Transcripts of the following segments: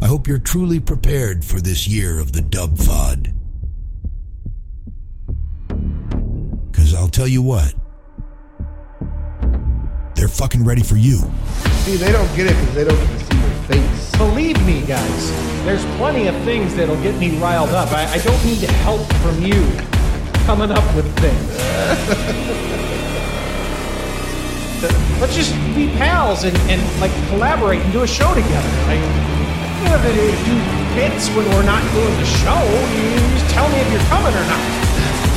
I hope you're truly prepared for this year of the Dub Fod. Because I'll tell you what, they're fucking ready for you. See, they don't get it because they don't get to see your face. Believe me, guys, there's plenty of things that'll get me riled up. I, I don't need help from you coming up with things. Let's just be pals and, and like collaborate and do a show together. Like, you don't have to do bits when we're not doing the show. You just tell me if you're coming or not.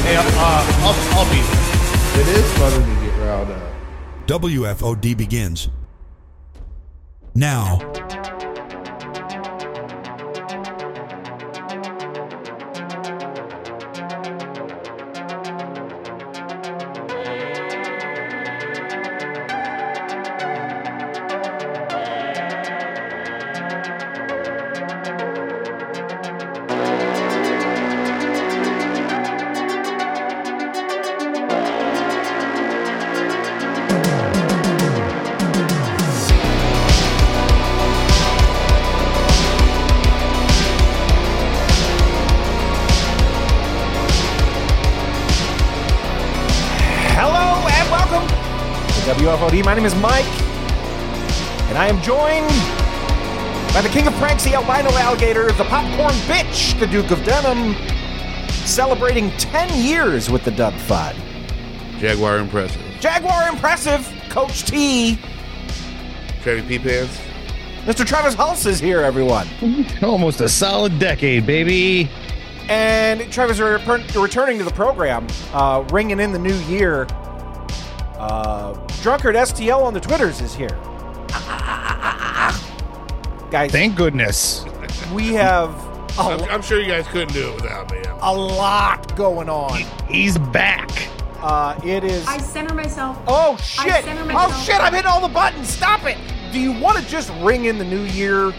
Hey, uh, I'll, I'll be there. It is fun when you get riled up. WFOD begins. Now. Hello and welcome to WFOD. My name is Mike, and I am joined by the King of Pranks, the Albino Alligator, the Popcorn Bitch, the Duke of Denim, celebrating 10 years with the Dub Fod. Jaguar impressive. Jaguar Impressive, Coach T, Cherry P pants. Mr. Travis Hulse is here, everyone. Almost a solid decade, baby. And Travis, we're per- returning to the program, uh, ringing in the new year. Uh, Drunkard STL on the Twitters is here. Guys, Thank goodness. we have I'm, a, I'm sure you guys couldn't do it without me. I'm- a lot going on. He's back. Uh, it is. I center myself. oh shit! center Oh myself. shit! I'm hitting all the buttons. Stop it! Do you want to just ring in the new year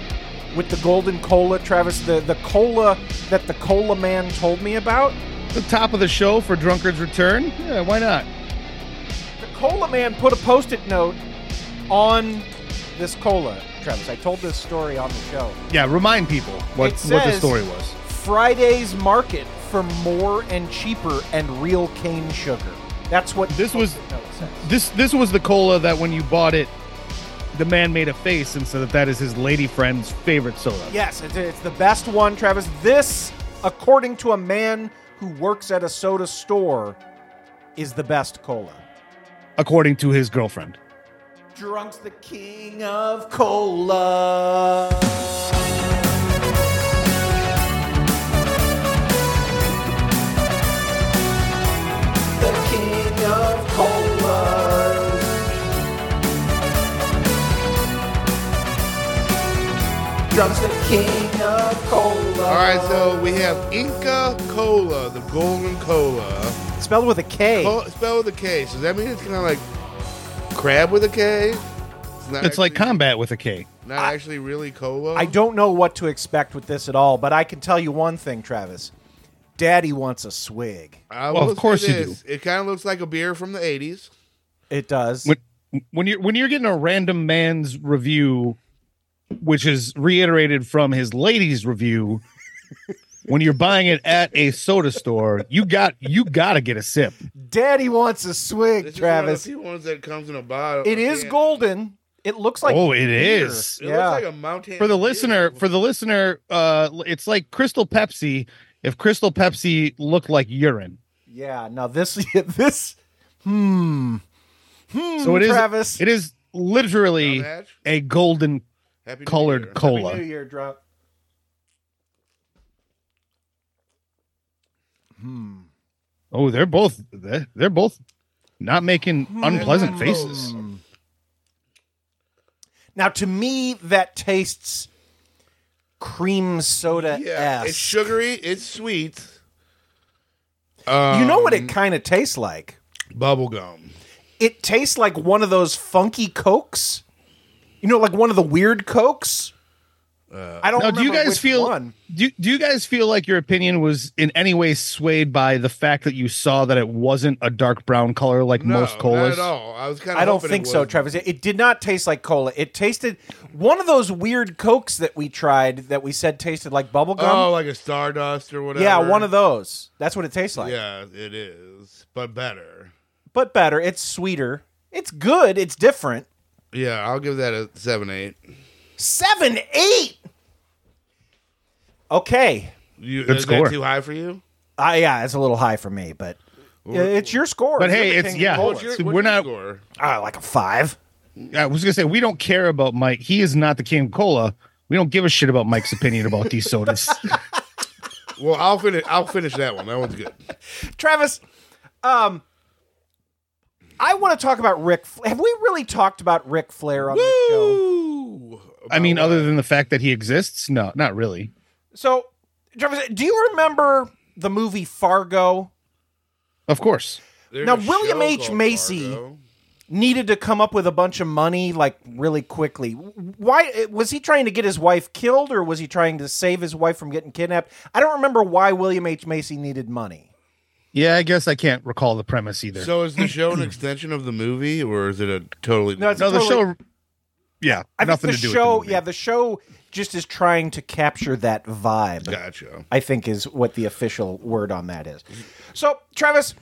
with the golden cola, Travis? The the cola that the cola man told me about. The top of the show for Drunkard's Return. Yeah, why not? The cola man put a post-it note on this cola, Travis. I told this story on the show. Yeah, remind people what, It what the says- story was. Friday's market for more and cheaper and real cane sugar. That's what This the was- post-it note Oh, says. This this was the cola that when you bought it, the man made a face and said that that is his lady friend's favorite soda. Yes, it's, it's the best one, Travis. This, according to a man who works at a soda store, is the best cola. According to his girlfriend. Drunk's the king of cola. The king of cola. Drunk's the king of cola. All right, so we have Inca Cola, the golden cola, Spelled with a K. Co- spelled with a K. So does that mean it's kind of like crab with a K? It's, not It's like actually- combat with a K. not actually really cola. I don't know what to expect with this at all, but I can tell you one thing, Travis. Daddy wants a swig. I Well, will of say course you this, It kind of looks like a beer from the '80s. It does. When when you're when you're getting a random man's review, which is reiterated from his lady's review, when you're buying it at a soda store, you got you gotta get a sip. Daddy wants a swig, This Travis. is one of the few ones that comes in a bottle. It is Yeah. golden. It looks like oh, it Beer. is. It Yeah. looks like a mountain. For the beer. listener, for the listener, uh it's like Crystal Pepsi. If Crystal Pepsi looked like urine. yeah. Now this this hmm hmm. So it is Travis. it is literally Dumbass. a golden Happy New colored Year. cola. Happy New Year drunk. Oh, they're both they're they're both not making unpleasant faces. Now to me that tastes cream soda. Yeah, it's sugary. It's sweet. Um, You know what it kind of tastes like? Bubble gum. it tastes like one of those funky cokes you know like one of the weird cokes Uh, I don't. Now, do you remember guys which feel- one. Do, do you guys feel like your opinion was in any way swayed by the fact that you saw that it wasn't a dark brown color like No, most colas? Not at all. I was kind of. I don't think so, Travis. It, it did not taste like cola. It tasted one of those weird cokes that we tried that we said tasted like bubblegum. Oh, like a Stardust or whatever. yeah, one of those. That's what it tastes like. Yeah, it is, but better. But better. It's sweeter. It's good. It's different. Yeah, I'll give that a seven eight. Seven eight. Okay. You, Good is score. that too high for you? Uh, yeah, it's a little high for me, but yeah, it's your score. But You're hey, the it's- king of yeah. colas. What's your- We're not- Score? Ah, like a five. I was gonna say we don't care about Mike. He is not the king of cola. We don't give a shit about Mike's opinion about these sodas. Well, I'll finish. I'll finish that one. That one's good. Travis, um, I want to talk about Rick. Have we really talked about Rick Flair on this show? Ooh. I mean, other than the fact that he exists, no, not really. So, Travis, do you remember the movie Fargo? Of course. There's now, a William show H. called Macy- Fargo. Needed to come up with a bunch of money like really quickly. Why was he trying to get his wife killed or was he trying to save his wife from getting kidnapped? I don't remember why William H. Macy needed money. Yeah, I guess I can't recall the premise either. So is the show an extension of the movie, or is it a totally? No, it's no, the totally- show. Yeah, I nothing think to the do show, with the movie. yeah, the show just is trying to capture that vibe. gotcha. I think is what the official word on that is. So, Travis,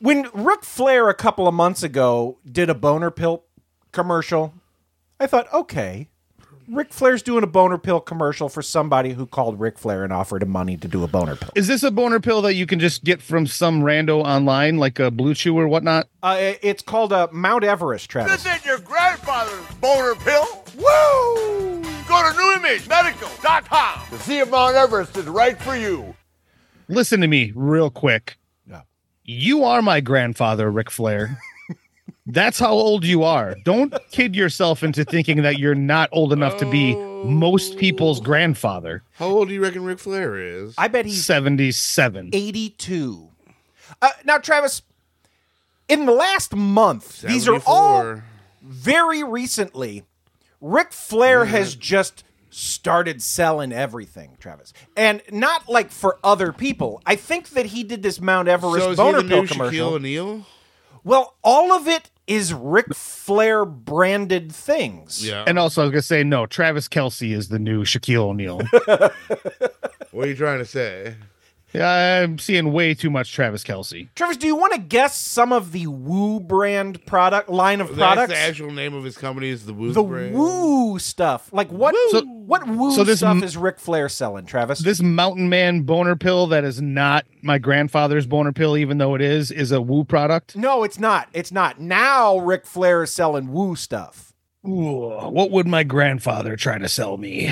when Ric Flair a couple of months ago did a boner pill commercial, I thought, okay, Ric Flair's doing a boner pill commercial for somebody who called Ric Flair and offered him money to do a boner pill. Is this a boner pill that you can just get from some rando online, like a Blue Chew or whatnot? Uh, i- it's called uh, Mount Everest, Travis. This is your grandfather's boner pill. Woo! Go to newimage.medical.com to see if Mount Everest is right for you. Listen to me real quick. Yeah. You are my grandfather, Ric Flair. That's how old you are. Don't kid yourself into thinking that you're not old enough to be most people's grandfather. How old do you reckon Ric Flair is? I bet he's 77. 82. Uh, now, Travis, in the last month, these are all 74. very recently, Ric Flair Mm-hmm. has just started selling everything, Travis. And not like for other people. I think that he did this Mount Everest So is he boner the pill new commercial. Shaquille O'Neal? Well, all of it is Ric Flair branded things. Yeah. And also, I was going to say, no, Travis Kelsey is the new Shaquille O'Neal. what are you trying to say? I'm seeing way too much Travis Kelsey. Travis, do you want to guess some of the Woo brand product line of products? That's the actual name of his company is the Woo the brand. woo stuff. Like what? So- what woo so this stuff m- is Ric Flair selling, Travis? This Mountain Man boner pill that is not my grandfather's boner pill, even though it is, is a woo product. no, it's not. It's not. Now Ric Flair is selling woo stuff. Ooh, what would my grandfather try to sell me?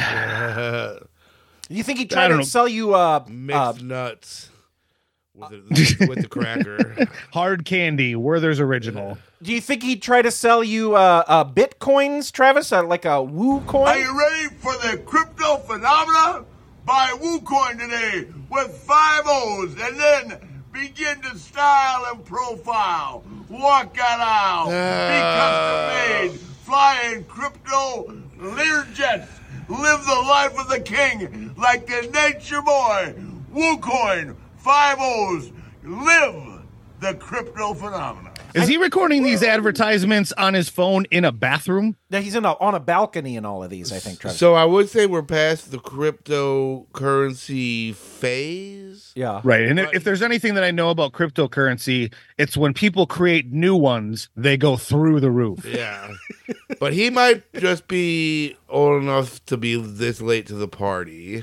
You think he tried don't to know. sell you uh, Mixed uh nuts with, a, with the cracker. Hard candy, Werther's original. do you think he tried to sell you uh, uh bitcoins, Travis? Uh, like a woo coin? Are you ready for the crypto phenomena? Buy WooCoin today with five O's and then begin to style and profile. Walk that aisle. Be custom made. Fly in crypto Lear jets. Live the life of the king like the nature boy. WooCoin, five O's. Live the crypto phenomena. Is he recording these advertisements on his phone in a bathroom? Now, he's in a, on a balcony in all of these, I think, Travis. so I would say we're past the cryptocurrency phase. yeah. Right. And if there's anything that I know about cryptocurrency, it's when people create new ones, they go through the roof. Yeah. but he might just be old enough to be this late to the party.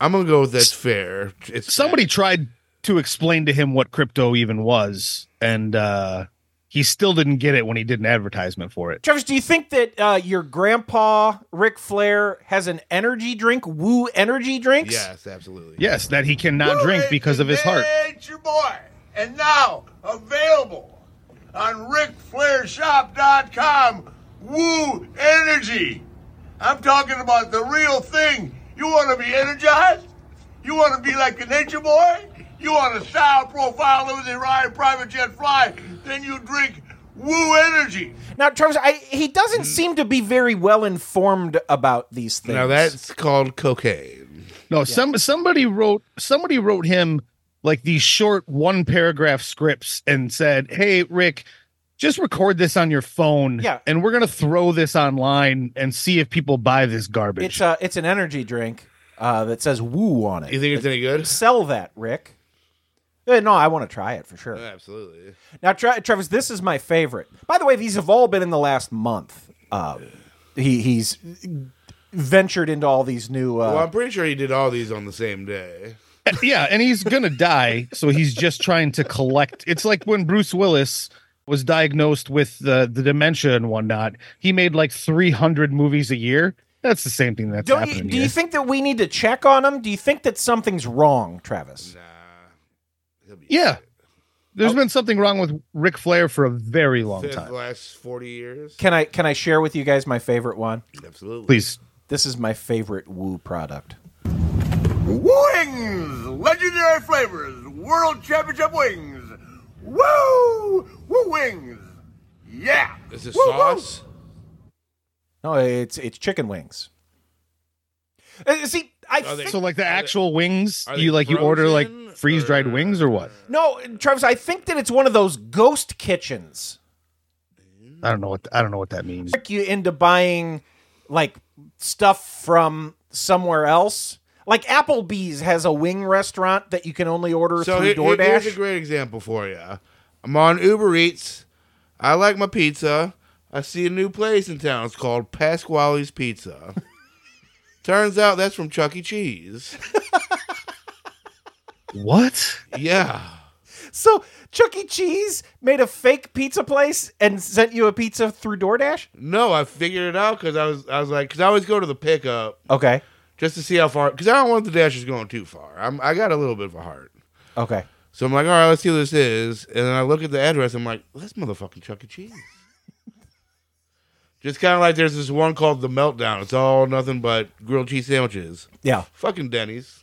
I'm gonna go with that's fair. It's Somebody tried to explain to him what crypto even was, and uh, he still didn't get it when he did an advertisement for it. Travis, do you think that uh, your grandpa Ric Flair has an energy drink, woo energy drinks? Yes, absolutely. Yes, that he cannot drink because of his heart. It's your boy. And now available on RickFlairShop.com. Woo Energy. I'm talking about the real thing. You want to be energized? You want to be like the nature boy? You want to style profile, limousine ride, private jet fly? Then you drink Woo Energy. Now, Travis, I, he doesn't Mm. seem to be very well informed about these things. Now that's called cocaine. No, some somebody wrote somebody wrote him like these short one paragraph scripts and said, "Hey, Rick, just record this on your phone, Yeah. and we're gonna throw this online and see if people buy this garbage." it's a it's an energy drink uh, that says woo on it. You think it's any good? Sell that, Rick. Eh, no, I want to try it for sure. Absolutely. Now, Tra- Travis, this is my favorite. By the way, these have all been in the last month. Uh, he he's ventured into all these new. Uh, Well, I'm pretty sure he did all these on the same day. yeah, and he's gonna die, so he's just trying to collect. It's like when Bruce Willis was diagnosed with the the dementia and whatnot. He made like three hundred movies a year. That's the same thing that's don't you, happening. do you here. think that we need to check on him? Do you think that something's wrong, Travis? yeah, there's Oh. been something wrong with Ric Flair for a very long Fifth time. last 40 years. Can I can I share with you guys my favorite one? Absolutely. Please, This is my favorite Woo product. Wings! Legendary flavors! World Championship wings! Woo! Woo wings! Yeah! Is this Woo, woo. sauce? No, it's it's chicken wings. Uh, See, I Are they- think, so like the actual wings, are they you like you order like frozen, freeze dried or- wings or what? no, Travis. I think that it's one of those ghost kitchens. I don't know what I don't know what that means. Trick you into buying like stuff from somewhere else. Like Applebee's has a wing restaurant that you can only order So through here- here- DoorDash. here's a great example for you. I'm on Uber Eats. I like my pizza. I see a new place in town. It's called Pasquale's Pizza. Turns out that's from Chuck E. Cheese. What? Yeah. so Chuck E. Cheese made a fake pizza place and sent you a pizza through DoorDash. No, I figured it out because I was I was like because I always go to the pickup Okay, just to see how far because I don't want the dashes going too far. I'm I got a little bit of a heart, okay. so I'm like, all right, let's see what this is. And then I look at the address. I'm like, that's motherfucking Chuck E. Cheese. just kind of like there's this one called the Meltdown. It's all nothing but grilled cheese sandwiches. Yeah. Fucking Denny's.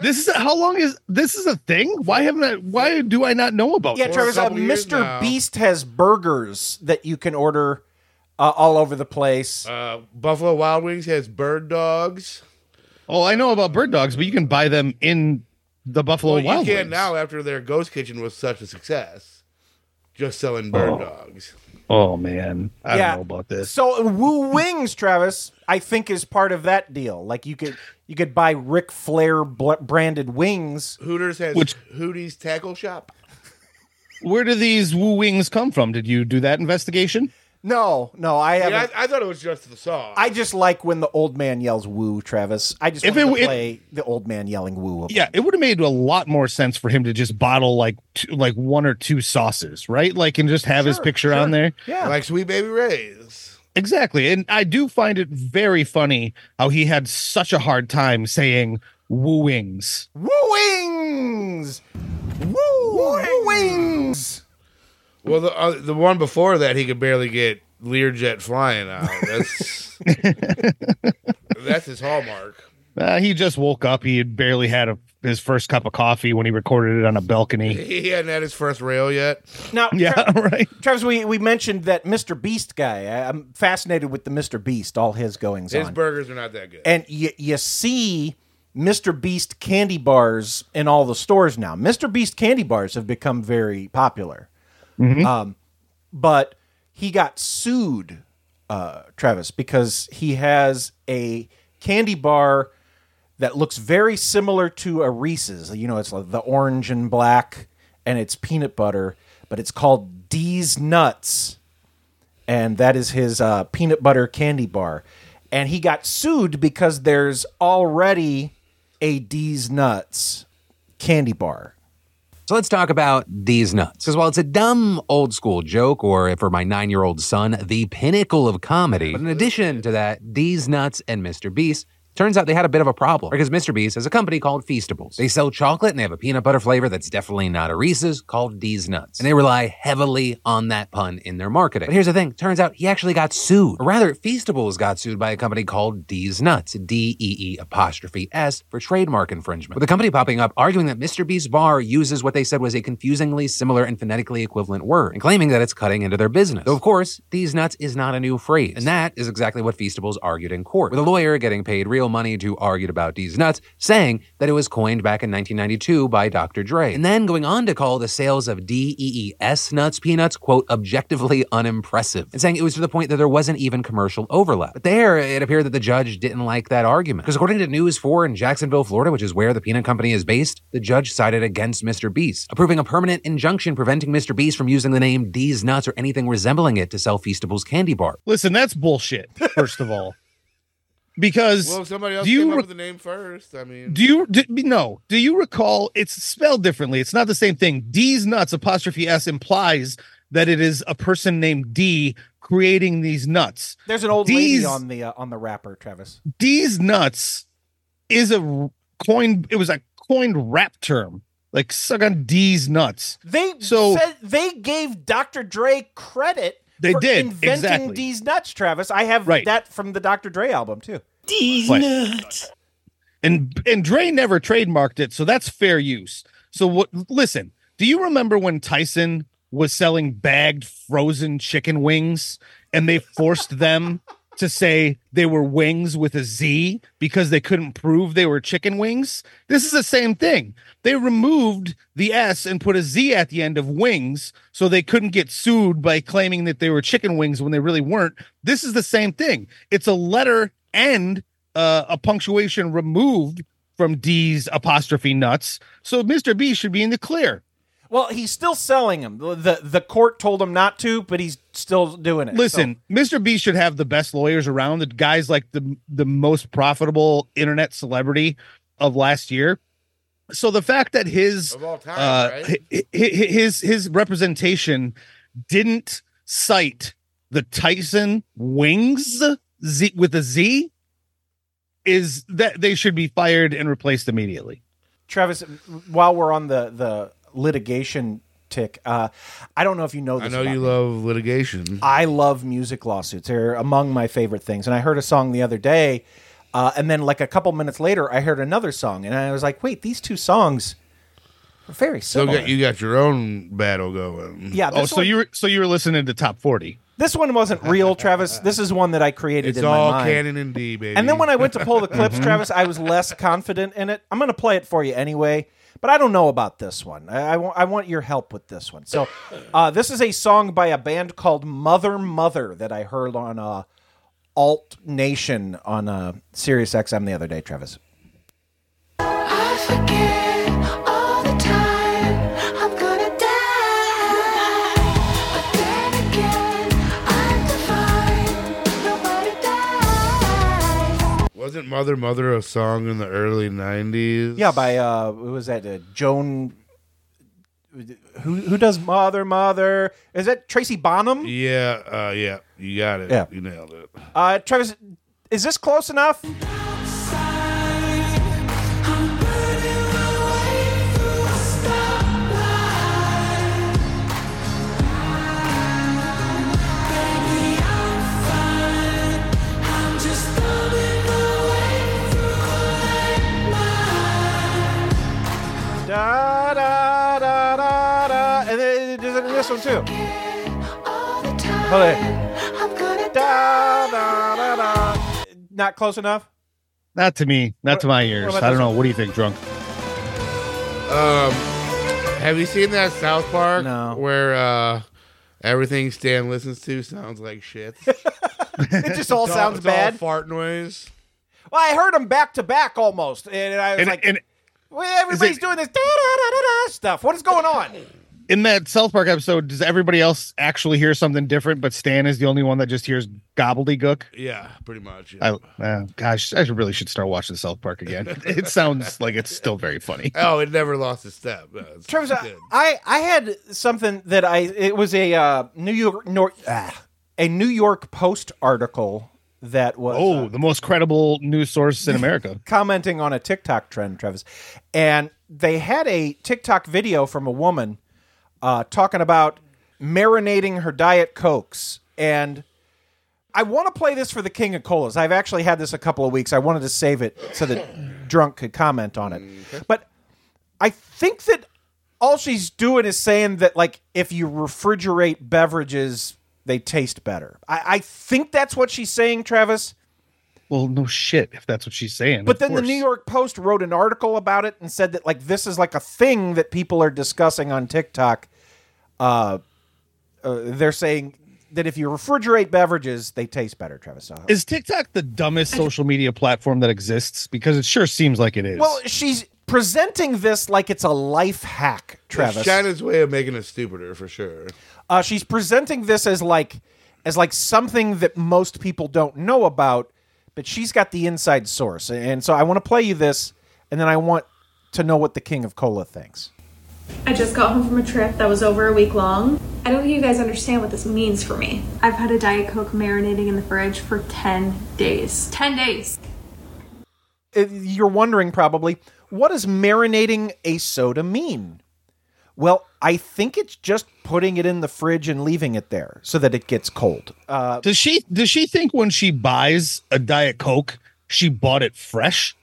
This is how long is this is a thing? Why haven't I why do I not know about Yeah, this? a Travis. Uh, couple years Mr. now. Beast has burgers that you can order uh, all over the place. Uh, Buffalo Wild Wings has bird dogs. Oh, I know about bird dogs, but you can buy them in the Buffalo Well, Wild you can Wings. now after their ghost kitchen was such a success. Just selling bird dogs. Oh man, I Yeah. don't know about this. so Woo Wings, Travis, I think is part of that deal. Like you could you could buy Ric Flair bl- branded wings. Hooters has Which- Hooties Tackle Shop. Where do these woo wings come from? Did you do that investigation? No, no, I haven't. Yeah, I, I thought it was just the sauce. I just like when the old man yells "woo," Travis. I just If want it- to it- play the old man yelling "woo." Yeah, it would have made a lot more sense for him to just bottle like two, like one or two sauces, right? Like and just have his Sure, picture sure. on there. yeah. like Sweet Baby Ray's. Exactly. And I do find it very funny how he had such a hard time saying woo wings. Woo Wings, Woo Wings. Well, the uh, the one before that, he could barely get Learjet flying out. That's that's his hallmark. Uh, he just woke up. He had barely had a, his first cup of coffee when he recorded it on a balcony. He hadn't had his first rail yet. Now, Tra- Yeah, right. Travis, we, we mentioned that Mr. Beast guy. I, I'm fascinated with the Mr. Beast, all his goings His on. burgers are not that good. and you, you see Mr. Beast candy bars in all the stores now. Mr. Beast candy bars have become very popular. Um, but he got sued, uh, Travis, because he has a candy bar that looks very similar to a Reese's. You know, it's like the orange and black, and it's peanut butter, but it's called D's Nuts and that is his uh, peanut butter candy bar. And he got sued because there's already a D's Nuts candy bar. So let's talk about these nuts. Because while it's a dumb old school joke, or for my nine year old son, the pinnacle of comedy, but in addition to that, these nuts and Mr. Beast Turns out they had a bit of a problem because Mr. Beast has a company called Feastables. They sell chocolate and they have a peanut butter flavor that's definitely not a Reese's called D's Nuts. And they rely heavily on that pun in their marketing. But here's the thing turns out he actually got sued. Or rather, Feastables got sued by a company called D's Nuts, D E E apostrophe S, for trademark infringement. With the company popping up arguing that Mr. Beast's bar uses what they said was a confusingly similar and phonetically equivalent word and claiming that it's cutting into their business. Though, of course, D's Nuts is not a new phrase. And that is exactly what Feastables argued in court, with a lawyer getting paid real money to argue about D's Nuts, saying that it was coined back in 1992 by Dr. Dre. And then going on to call the sales of DEES Nuts peanuts, quote, objectively unimpressive, and saying it was to the point that there wasn't even commercial overlap. But there, it appeared that the judge didn't like that argument. Because according to News 4 in Jacksonville, Florida, which is where the peanut company is based, the judge sided against Mr. Beast, approving a permanent injunction preventing Mr. Beast from using the name D's Nuts or anything resembling it to sell Feastables candy bar. Listen, that's bullshit. First of all, because Well, if somebody else Do you came up re- with the name first. I mean, do you do, no? Do you recall? It's spelled differently. It's not the same thing. D's nuts apostrophe s implies that it is a person named D creating these nuts. There's an old lady These- on the uh, on the wrapper, Travis. D's nuts is a coined. It was a coined rap term. Like suck on D's nuts. They So- said Uh, they gave Dr. Dre credit. They for did, inventing exactly. these nuts, Travis. I have Right. that from the Dr. Dre album too. Play. And and Dre never trademarked it, so that's fair use. So what? Listen, do you remember when Tyson was selling bagged frozen chicken wings, and they forced them to say they were wings with a Z because they couldn't prove they were chicken wings? This is the same thing. They removed the S and put a Z at the end of wings, so they couldn't get sued by claiming that they were chicken wings when they really weren't. This is the same thing. It's a letter and uh, a punctuation removed from D's apostrophe nuts. So Mr. B should be in the clear. Well, he's still selling them. The, the the court told him not to, but he's still doing it. Listen, Mr. B should have the best lawyers around. The guys like the the most profitable internet celebrity of last year. So the fact that his of all time, uh, right? hi- hi- hi- his his representation didn't cite the Tyson wings Z, with a Z is that they should be fired and replaced immediately. Travis, while we're on the the litigation tick, uh, I don't know if you know I this. know about you me. love litigation. I love music lawsuits. They're among my favorite things. And I heard a song the other day, uh, and then like a couple minutes later, I heard another song, and I was like, "Wait, these two songs are very So similar." get, you got your own battle going. yeah, this, Oh, so one, you were so you were listening to top forty. this one wasn't real, Travis. This is one that I created It's in all my mind. canon and D, baby. And then when I went to pull the clips, Travis, I was less confident in it. I'm going to play it for you anyway, but I don't know about this one. I, I, wa- I want your help with this one. So, uh, this is a song by a band called Mother Mother that I heard on uh, Alt Nation on uh, Sirius XM the other day, Travis. I forget all the time I'm gonna die. But then again, I'm divine. Nobody dies. wasn't Mother Mother a song in the early '90s? Yeah, by uh, who was that? Uh, Joan. Who who does Mother Mother? Is that Tracy Bonham? yeah, uh, yeah. You got it. Yeah. you nailed it. Uh, Travis, is this close enough? I'm burning my way through a stoplight. Baby, I'm fine. I'm just thumbing my way through a late night. Da da da da da, and then it does it in this one too. All the Hold time it. I'm gonna Da da da da. Not close enough. Not to me, not to my ears. about I don't this know. What do you think, drunk? Um, have you seen that South Park? No. Where uh, everything Stan listens to sounds like shit. It just all sounds it's all bad. fart noise. well, I heard them back to back almost, and I was And, like, and well, everybody's it- doing this da da da da da stuff. What is going on? in that South Park episode, does everybody else actually hear something different? But Stan is the only one that just hears gobbledygook. Yeah, pretty much. I uh, gosh, I should- really should start watching South Park again. it sounds like it's still very funny. Uh, oh, it never lost a step. No, it's Travis, I, good. I I had something that I it was a uh, New York Nor- ah, a New York Post article that was uh, Oh, the most credible news source in America. commenting on a TikTok trend, Travis, and they had a TikTok video from a woman uh, talking about marinating her diet cokes, and I want to play this for the King of Colas. I've actually had this a couple of weeks. I wanted to save it so that drunk could comment on it, but I think that all she's doing is saying that like if you refrigerate beverages. They taste better. I, I think that's what she's saying, Travis. well, no shit, if that's what she's saying. But of then the course. New York Post wrote an article about it and said that like this is like a thing that people are discussing on TikTok. Uh, uh they're saying that if you refrigerate beverages, they taste better. Travis, Uh, Is TikTok the dumbest social media platform that exists? Because it sure seems like it is. well, she's presenting this like it's a life hack, Travis. It's China's way of making us stupider for sure. uh, she's presenting this as like as like something that most people don't know about but she's got the inside source and so i want to play you this and then i want to know what the king of cola thinks I just got home from a trip that was over a week long. I don't think you guys understand what this means for me. I've had a Diet Coke marinating in the fridge for 10 days. 10 days. Uh, you're wondering probably what does marinating a soda mean well i think it's just putting it in the fridge and leaving it there so that it gets cold uh, does she does she think when she buys a Diet Coke, she bought it fresh?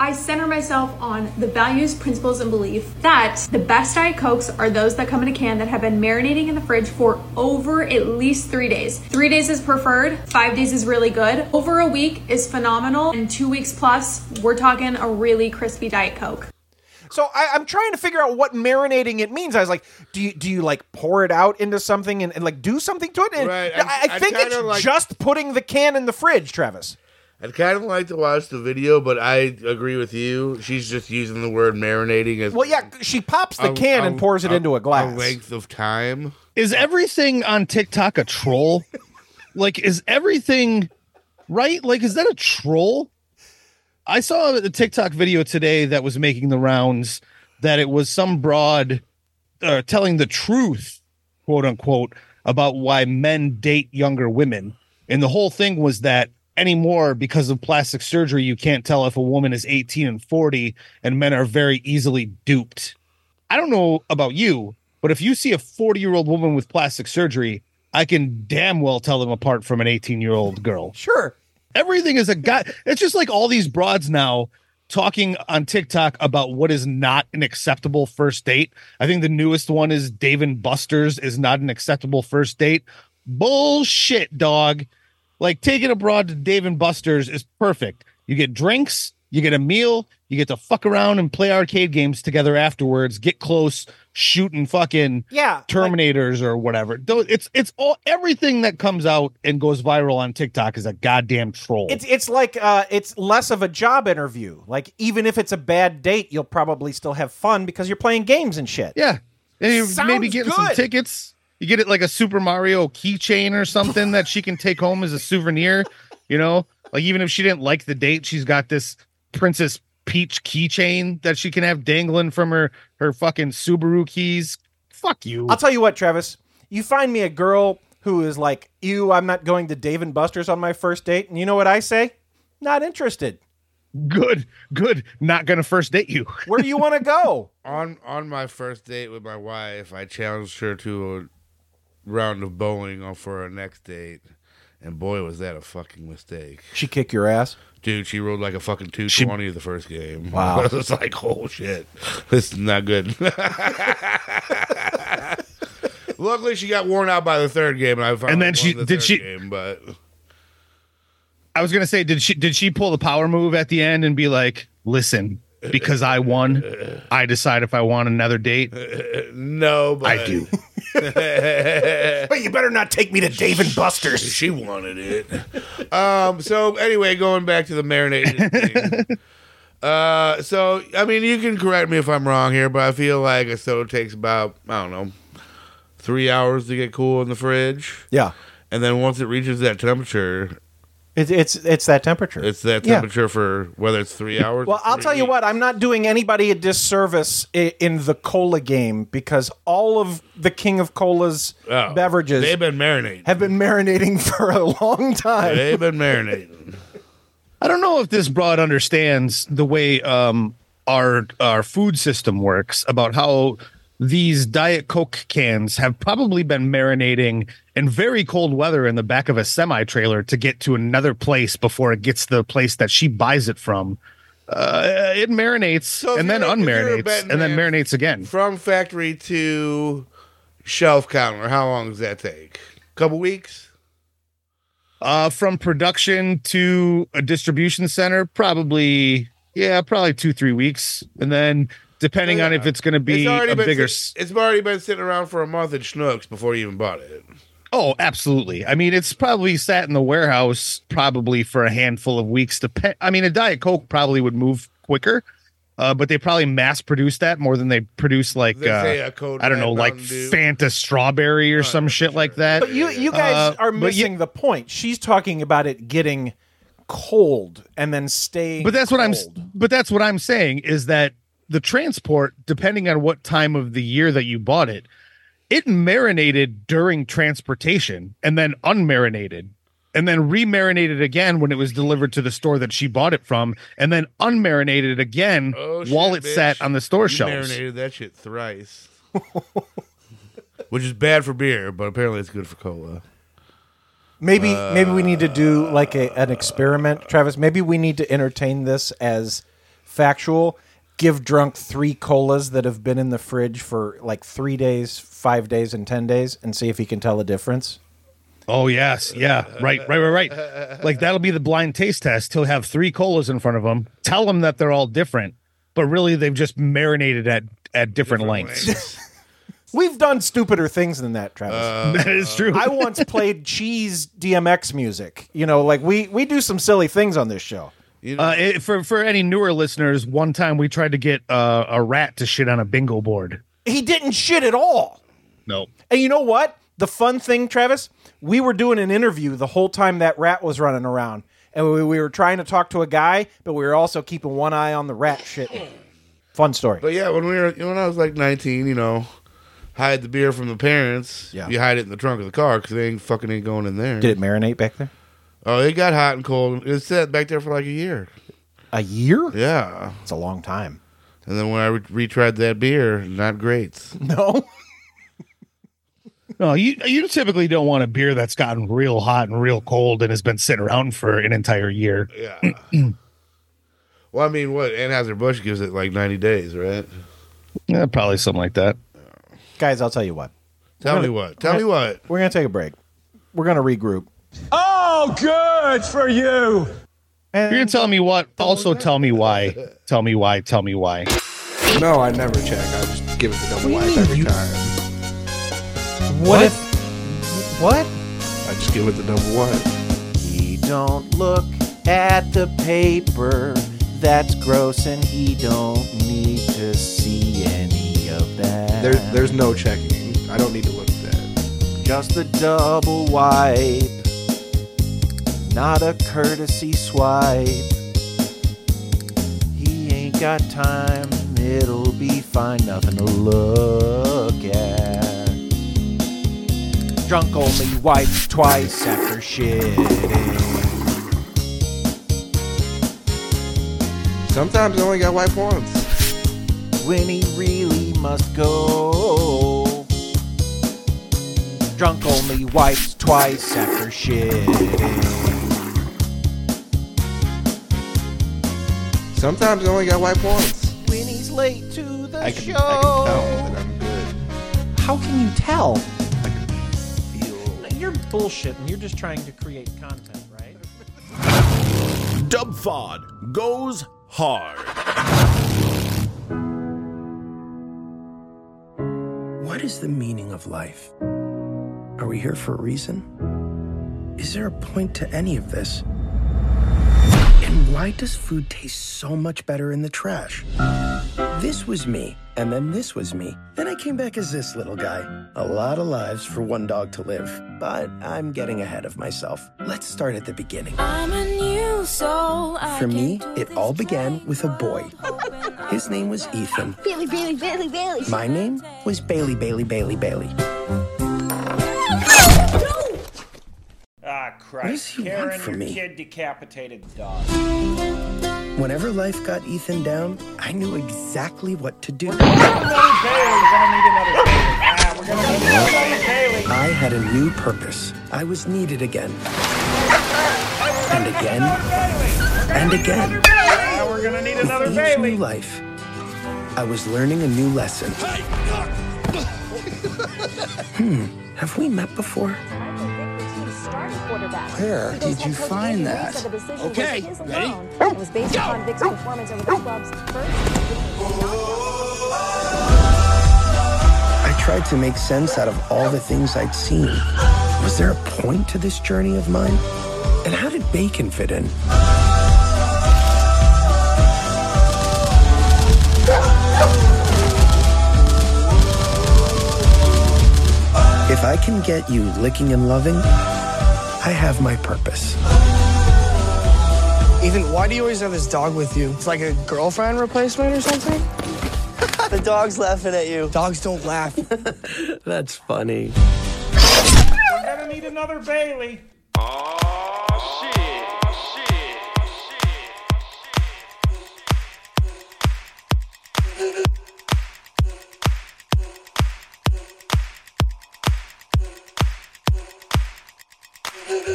I center myself on the values, principles, and belief that the best Diet Cokes are those that come in a can that have been marinating in the fridge for over at least three days. Three days is preferred, five days is really good, over a week is phenomenal, and two weeks plus, we're talking a really crispy Diet Coke. So I, I'm trying to figure out what marinating it means. I was like, do you do you like pour it out into something and, and like do something to it? And Right, I'm- I, I I'm think kinda it's like- just putting the can in the fridge, Travis. I'd kind of like to watch the video, but I agree with you. She's just using the word marinating as Well, yeah, she pops the a- can and a- pours it into a glass. length of time. Is everything on TikTok a troll? like, is everything right? Like, is that a troll? I saw a TikTok video today that was making the rounds that it was some broad uh, telling the truth, quote unquote, about why men date younger women. And the whole thing was that anymore, because of plastic surgery, you can't tell if a woman is 18 and 40, and men are very easily duped. I don't know about you, but if you see a 40 year old woman with plastic surgery, I can damn well tell them apart from an 18 year old girl. Sure. Everything is a guy. It's just like all these broads now talking on TikTok about what is not an acceptable first date. I think the newest one is Dave and Buster's is not an acceptable first date. Bullshit, dog. Like taking a broad to Dave and Buster's is perfect. You get drinks, you get a meal, you get to fuck around and play arcade games together afterwards, get close, shoot and fucking Yeah. Terminators or whatever. Tho- It's it's all everything that comes out and goes viral on TikTok is a goddamn troll. It's it's like uh, it's less of a job interview. Like even if it's a bad date, you'll probably still have fun because you're playing games and shit. yeah. And you Sounds maybe getting some good. tickets. You get it like a Super Mario keychain or something that she can take home as a souvenir. You know, like even if she didn't like the date, she's got this Princess Peach keychain that she can have dangling from her her fucking Subaru keys. Fuck you. I'll tell you what, Travis. You find me a girl who is like, "Ew, I'm not going to Dave and Buster's on my first date," and you know what I say? Not interested. good, good. Not gonna first date you. Where do you want to go? On on my first date with my wife, I challenged her to a round of bowling on- for our next date, and boy, was that a fucking mistake, She kick your ass. dude! She rolled like a fucking two twenty the first game. Wow, I was like, oh shit, this is not good. Luckily, she got worn out by the third game, and I finally And then won she- the did third she- game, but I was gonna say, did she did she pull the power move at the end and be like, listen, because I won, I decide if I want another date. no, but I do. But you better not take me to Dave and Buster's. She wanted it. um. So anyway, going back to the marinated thing. Uh. So I mean, you can correct me if I'm wrong here, but I feel like a soda takes about I don't know three hours to get cool in the fridge, Yeah. and then once it reaches that temperature, It's it's it's that temperature. It's that Yeah. temperature for whether it's three hours. Well, or I'll three tell you weeks. what, I'm not doing anybody a disservice i- in the cola game because all of the King of Cola's Oh, beverages They've been marinating. have been marinating for a long time. They've been marinating. I don't know if this broad understands the way um, our our food system works about how these diet coke cans have probably been marinating in very cold weather in the back of a semi trailer to get to another place before it gets to the place that she buys it from. Uh, it marinates if and then you're- if you're a unmarinates betting and then man- marinates again. From factory to shelf counter, how long does that take? Couple weeks? Uh, from production to a distribution center, probably yeah, probably two three weeks, and then depending on if it's going to be a been bigger. s- sit- it's already been sitting around for a month at Schnucks before you even bought it. Oh, absolutely. I mean, it's probably sat in the warehouse probably for a handful of weeks. Depend. I mean, a diet coke probably would move quicker, uh, but they probably mass produce that more than they produce like They say uh, a Code I don't Red know, like Mountain Dew. Oh, Fanta strawberry or some shit like that. But you you guys Uh, are but yeah- missing the point. She's talking about it getting cold and then staying but that's what I'm. cold. But that's what I'm saying is that the transport, depending on what time of the year that you bought it, it marinated during transportation and then unmarinated and then remarinated again when it was delivered to the store that she bought it from and then unmarinated again Oh, shit, while it bitch. sat on the store You shelves. Marinated that shit thrice, which is bad for beer, but apparently it's good for cola. Maybe Uh, maybe we need to do like a, an experiment, Travis. Maybe we need to entertain this as factual. Give drunk three colas that have been in the fridge for like three days, five days, and ten days, and see if he can tell a difference. Oh yes, yeah, right, right, right, right. Like that'll be the blind taste test. He'll have three colas in front of him. Tell him that they're all different, but really they've just marinated at at different, lengths. We've done stupider things than that, Travis. that is true. I once played cheese DMX music. You know, like we we do some silly things on this show. Uh, it, for for any newer listeners, one time we tried to get uh, a rat to shit on a bingo board. He didn't shit at all. No, And you know what? The fun thing, Travis, we were doing an interview the whole time that rat was running around. And we, we were trying to talk to a guy, but we were also keeping one eye on the rat shit. Fun story. But yeah, when we were when I was like nineteen, you know, hide the beer from the parents. Yeah. you hide it in the trunk of the car because they ain't fucking ain't going in there. Did it marinate back there? Oh, it got hot and cold. It sat back there for like a year. A year? Yeah, It's a long time. and then when I re- retried that beer, not great. No. no, you you typically don't want a beer that's gotten real hot and real cold and has been sitting around for an entire year. Yeah. well, I mean, what Anheuser Busch gives it like ninety days, right? Yeah, probably something like that. Guys, I'll tell you what. Tell me what. Tell me what. We're going to take a break. We're going to regroup. Oh, good for you. You're gonna tell me what? Also, tell me why. Tell me why. Tell me why. No, I never check. I just give it the double wipe every time. What if. What? I just give it the double wipe. He don't look at the paper. That's gross, and he don't need to see any of that. There, there's no checking. I don't need to look at that. just a double wipe, not a courtesy swipe. He ain't got time. It'll be fine. Nothing to look at. Drunk only wipes twice after shitting. Sometimes I only got wipe once. when he really must go. Drunk only wipes twice after shitting. Sometimes I only got wipe once. When he's late to the I can, show. I can tell that I'm good. How can you tell? I can feel. You're bullshitting. You're just trying to create content, right? Dubfod goes hard. What is the meaning of life? Are we here for a reason? Is there a point to any of this? And why does food taste so much better in the trash? This was me, and then this was me. Then I came back as this little guy. A lot of lives for one dog to live. But I'm getting ahead of myself. Let's start at the beginning. I'm a new soul. I For me, it all began with a boy. His name was Ethan. Bailey, Bailey, Bailey, Bailey. My name was Bailey, Bailey, Bailey, Bailey. Ah, Christ. What does he want Karen, from your me? kid decapitated the dog. Whenever life got Ethan down, I knew exactly what to do. I had a new purpose. I was needed again. And again. And again. Now we're gonna need another With baby. each new life, I was learning a new lesson. Hmm, have we met before? Where Where did you find that? Okay, ready? was based upon Vic's performance over the club's I tried to make sense out of all the things I'd seen. Was there a point to this journey of mine? And how did bacon fit in? If I can get you licking and loving, I have my purpose. Ethan, why do you always have this dog with you? It's like a girlfriend replacement or something? the dog's laughing at you. Dogs don't laugh. That's funny. We're gonna need another Bailey.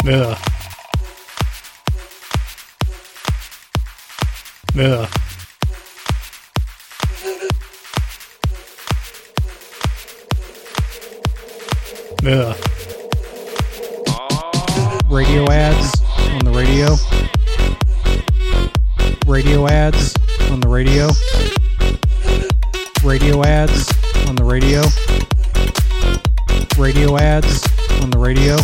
Yeah. Yeah. Ugh. Radio ads on the radio. Radio ads on the radio. Radio ads on the radio. Radio ads on the radio.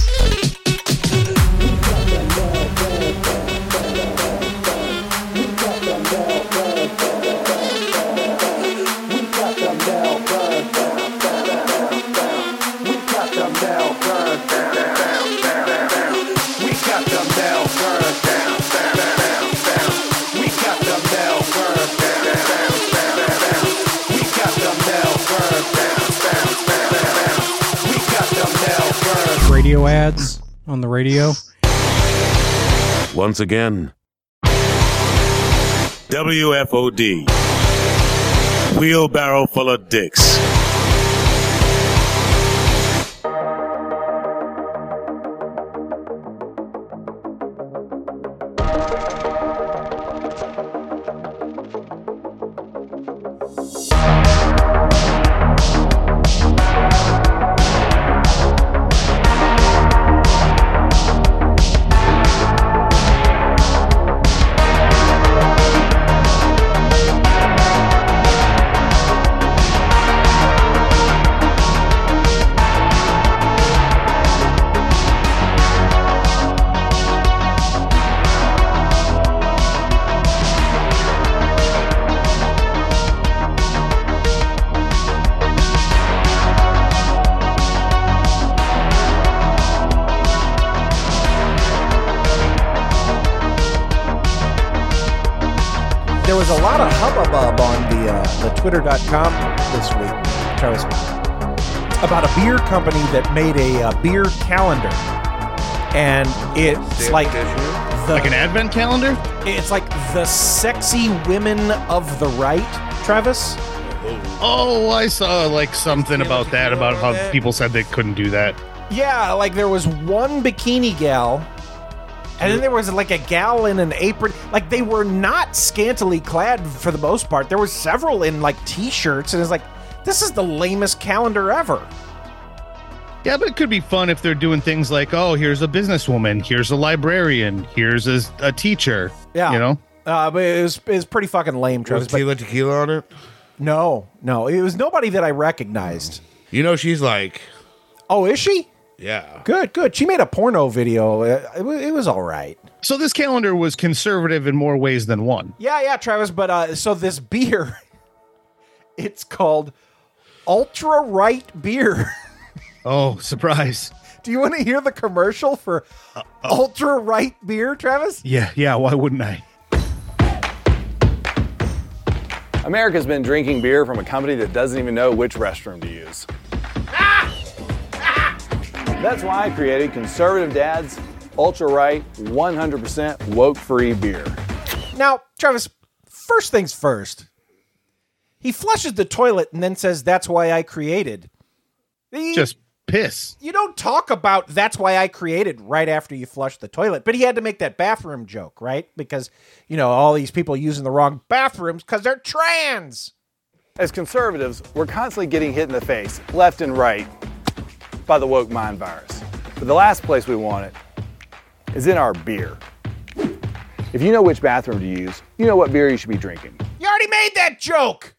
Radio ads on the radio. Once again, WFOD. Wheelbarrow full of dicks. There was a lot of hubbub on the, uh, the Twitter.com this week, Travis, about a beer company that made a uh, beer calendar. And it's like the, like an advent calendar. It's like the sexy women of the right, Travis. Oh, I saw like something about that, about how people said they couldn't do that. Yeah, like there was one bikini gal, and then there was like a gal in an apron. Like they were not scantily clad for the most part. There were several in like t-shirts, and it's like this is the lamest calendar ever. Yeah, but it could be fun if they're doing things like, oh, here's a businesswoman, here's a librarian, here's a, a teacher. Yeah, You know? Uh, but it was it was pretty fucking lame, Travis. Was Tila Tequila on it? No, no, it was nobody that I recognized. You know, she's like, oh, is she? Yeah. Good, good. She made a porno video. It, it wa- it was all right. So this calendar was conservative in more ways than one. Yeah, yeah, Travis. But uh, so this beer It's called Ultra Right Beer. Oh, surprise. Do you want to hear the commercial for Ultra Right Beer, Travis? Yeah, yeah, why wouldn't I? America's been drinking beer from a company that doesn't even know which restroom to use. That's why I created Conservative Dad's Ultra Right 100% Woke Free Beer. Now, Travis, first things first. He flushes the toilet and then says, That's why I created. He- Just piss. You don't talk about that's why I created right after you flush the toilet. But he had to make that bathroom joke, right? Because, you know, all these people using the wrong bathrooms because they're trans. As conservatives, we're constantly getting hit in the face, left and right, by the woke mind virus. But the last place we want it is in our beer. If you know which bathroom to use, you know what beer you should be drinking. You already made that joke.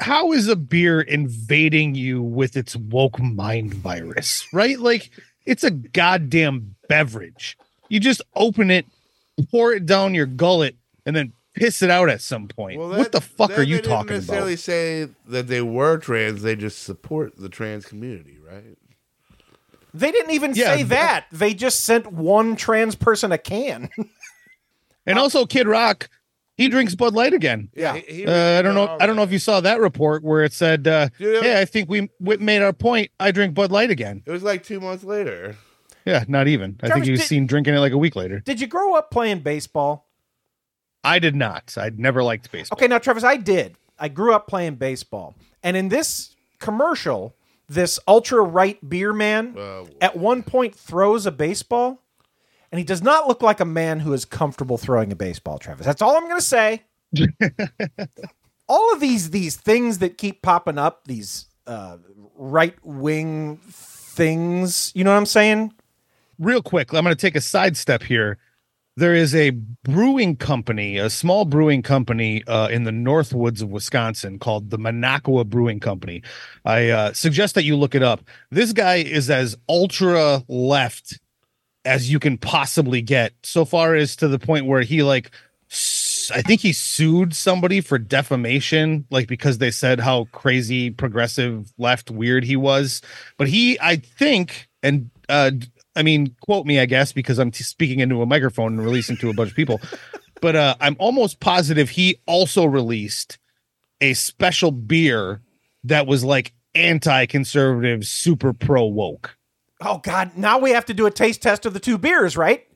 How is a beer invading you with its woke mind virus, right? Like, it's a goddamn beverage. You just open it, pour it down your gullet, and then piss it out at some point. what the fuck Then are you they didn't talking necessarily about? say that they were trans. They just support the trans community, right? They didn't even say that. They just sent one trans person a can. And also, Kid Rock, he drinks Bud Light again. Yeah, Uh, I don't know. I don't know if you saw that report where it said, uh, "Hey, I think we, we made our point. I drink Bud Light again." It was like two months later. Yeah, not even. I think Travis, he was did- seen drinking it like a week later. Did you grow up playing baseball? I did not. I never liked baseball. Okay, now Travis, I did. I grew up playing baseball, and in this commercial, this ultra right beer man at one point throws a baseball, and he does not look like a man who is comfortable throwing a baseball. Travis, that's all I'm going to say. all of these these things that keep popping up, these uh, right wing things. You know what I'm saying? Real quick, I'm going to take a sidestep here. There is a brewing company, a small brewing company uh, in the Northwoods of Wisconsin called the Minocqua Brewing Company. I uh, suggest that you look it up. This guy is as ultra left as you can possibly get, so far as to the point where he like s- I think he sued somebody for defamation, like because they said how crazy progressive left weird he was. But he, I think, and uh, d- I mean, quote me, I guess, because I'm t- speaking into a microphone and releasing to a bunch of people. But uh, I'm almost positive he also released a special beer that was like anti-conservative, super pro woke. Oh God! Now we have to do a taste test of the two beers, right?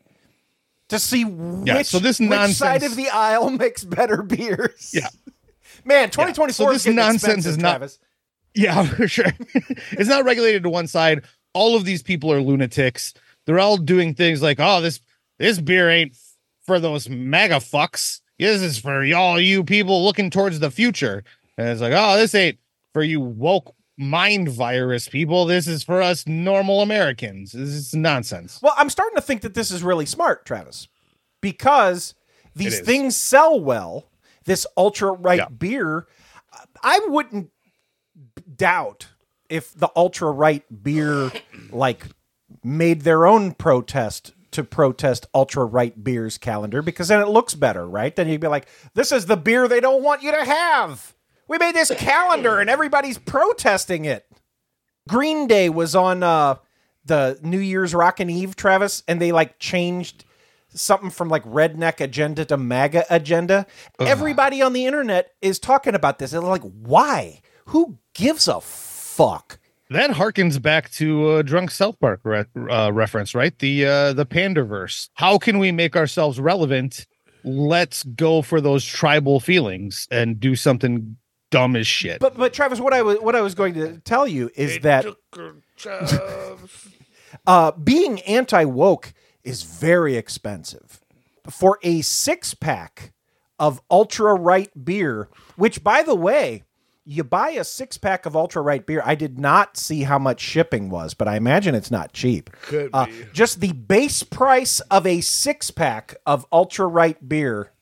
To see which, Yeah, so this which side nonsense- of the aisle makes better beers. Yeah. Man, 2024 So is this getting nonsense expensive, is not. Travis. Yeah, for sure. it's not regulated to one side. All of these people are lunatics. They're all doing things like, "Oh, this this beer ain't for those mega fucks. This is for y'all you people looking towards the future." And it's like, "Oh, this ain't for you woke mind virus people. This is for us normal Americans." This is nonsense. Well, I'm starting to think that this is really smart, Travis, because these It is. things sell well. This ultra right beer, I wouldn't doubt if the ultra right beer like made their own protest to protest ultra right beers calendar because then it looks better, right? Then you'd be like, this is the beer they don't want you to have. We made this calendar and everybody's protesting it. Green Day was on uh the New Year's Rockin' Eve, Travis, and they like changed something from like redneck agenda to MAGA agenda. Everybody on the internet is talking about this. And they're like, why? Who gives a fuck? That harkens back to uh, drunk South Park re- uh, reference, right? The uh, the pandaverse. How can we make ourselves relevant? Let's go for those tribal feelings and do something dumb as shit. But but Travis, what I was what I was going to tell you is that uh, being anti woke is very expensive. For a six pack of ultra right beer, which by the way, you buy a six pack of ultra right beer. I did not see how much shipping was, but I imagine it's not cheap. Could Uh, be. just the base price of a six pack of ultra right beer.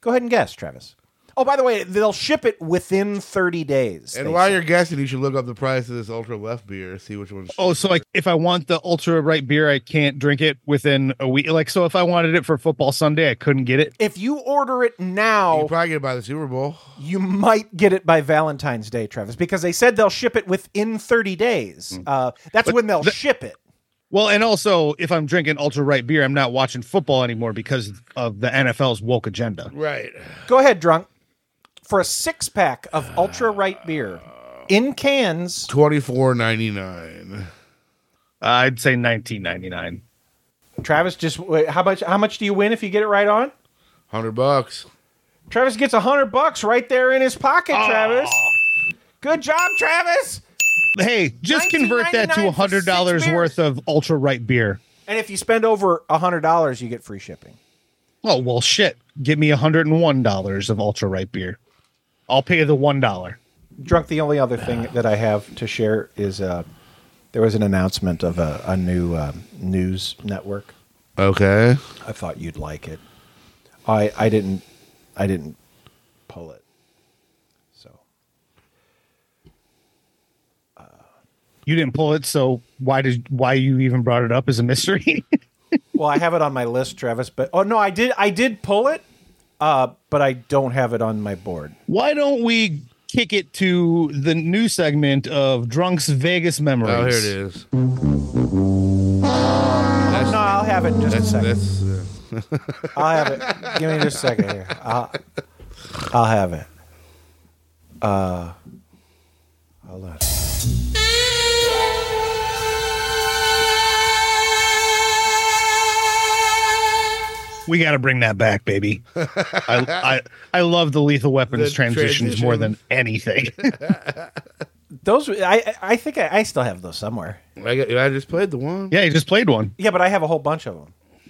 Go ahead and guess, Travis. Oh, by the way, they'll ship it within 30 days. And they while say. you're guessing, you should look up the price of this ultra left beer. See which one's. Oh, so like if I want the ultra right beer, I can't drink it within a week. Like so, if I wanted it for football Sunday, I couldn't get it. If you order it now, you probably get it by the Super Bowl. You might get it by Valentine's Day, Travis, because they said they'll ship it within 30 days. Uh, that's when they'll ship it. Well, and also if I'm drinking ultra right beer, I'm not watching football anymore because of the NFL's woke agenda. Right. Go ahead, drunk. For a six pack of ultra right beer in cans, twenty four ninety nine. I'd say nineteen ninety nine. Travis, just wait, how much? How much do you win if you get it right on? Hundred bucks. Travis gets a hundred bucks right there in his pocket. Travis, good job, Travis. Hey, just convert that to $19.99 for hundred dollars six beers. worth of ultra right beer. And if you spend over a hundred dollars, you get free shipping. Oh well, shit. Give me hundred and one dollars of ultra right beer. I'll pay the one dollar. Drunk. The only other thing that I have to share is uh, there was an announcement of a, a new um, news network. Okay. I thought you'd like it. I I didn't I didn't pull it. You didn't pull it, so why did why you even brought it up is a mystery. well, I have it on my list, Travis. But oh no, I did I did pull it, uh, but I don't have it on my board. why don't we kick it to the new segment of Drunk's Vegas Memories? Oh, here it is. no, I'll have it in just a second. uh, that's, I'll have it. Give me just a second here. I'll, I'll have it. Uh, hold on. We got to bring that back, baby. I, I I love the Lethal Weapons The transitions more than transitions. anything. Those I I think I, I still have those somewhere. I, got, I just played the one. Yeah, you just played one. Yeah, but I have a whole bunch of them.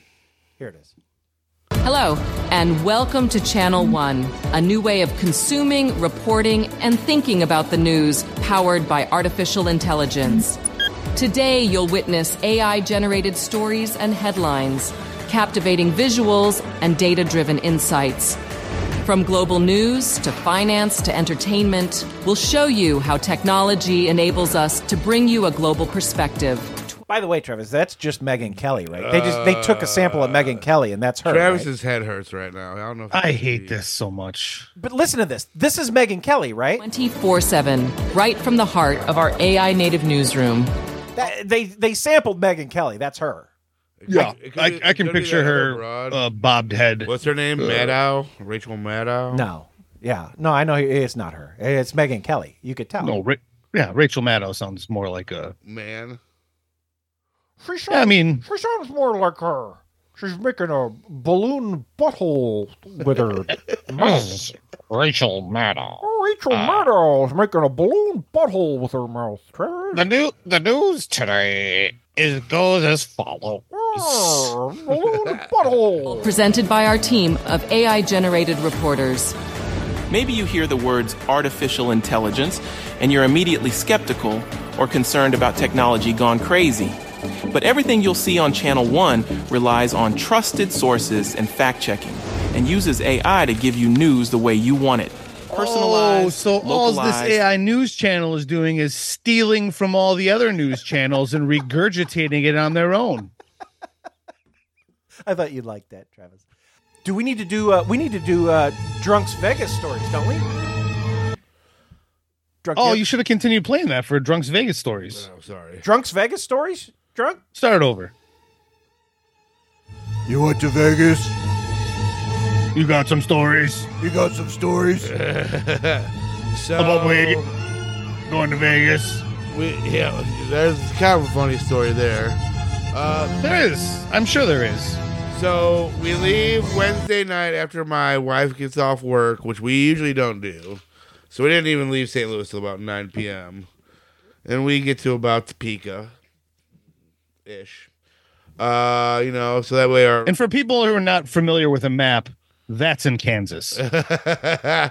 Here it is. Hello, and welcome to Channel One, a new way of consuming, reporting, and thinking about the news powered by artificial intelligence. Today, you'll witness AI generated stories and headlines, captivating visuals, and data driven insights. From global news to finance to entertainment, we'll show you how technology enables us to bring you a global perspective. By the way, Travis, that's just Megan Kelly, right? They just they took a sample of Megan Kelly, and that's her. right? Travis's head hurts right now. I don't know. If I hate this so much. But listen to this. This is Megan Kelly, right? 24 7, right from the heart of our AI native newsroom. That, they they sampled Megan Kelly. That's her. Yeah, It could I, be- I it can could be picture that other her broad. uh, bobbed head. What's her name? Maddow. Rachel Maddow. No. Yeah. No, I know it's not her. It's Megan Kelly. You could tell. No, Ra- yeah, Rachel Maddow sounds more like a man. She Yeah, I mean- she sounds more like her. She's making a balloon butthole with her. mouth. Rachel Maddow. Rachel Uh, Maddow's making a balloon butthole with her mouth. Trevor. The new the news today is goes as follows. Oh, balloon butthole. Presented by our team of AI generated reporters. Maybe you hear the words artificial intelligence and you're immediately skeptical or concerned about technology gone crazy. But everything you'll see on Channel 1 relies on trusted sources and fact checking and uses AI to give you news the way you want it. Oh, so all this localized- AI news channel is doing is stealing from all the other news channels and regurgitating it on their own. I thought you'd like that, Travis. Do we need to do? Uh, we need to do uh, drunks Vegas stories, don't we? Drunk Oh, Vegas- you should have continued playing that for Drunk's Vegas stories. Oh, sorry. drunks Vegas stories. Drunk. Start it over. You went to Vegas? You got some stories. You got some stories? so About Vegas. Going to Vegas. We yeah. There's kind of a funny story there. Uh, there is. I'm sure there is. So we leave Wednesday night after my wife gets off work, which we usually don't do. So we didn't even leave St. Louis till about 9 p.m. And we get to about Topeka ish. Uh, you know, so that way our And for people who are not familiar with a map, that's in Kansas. yeah,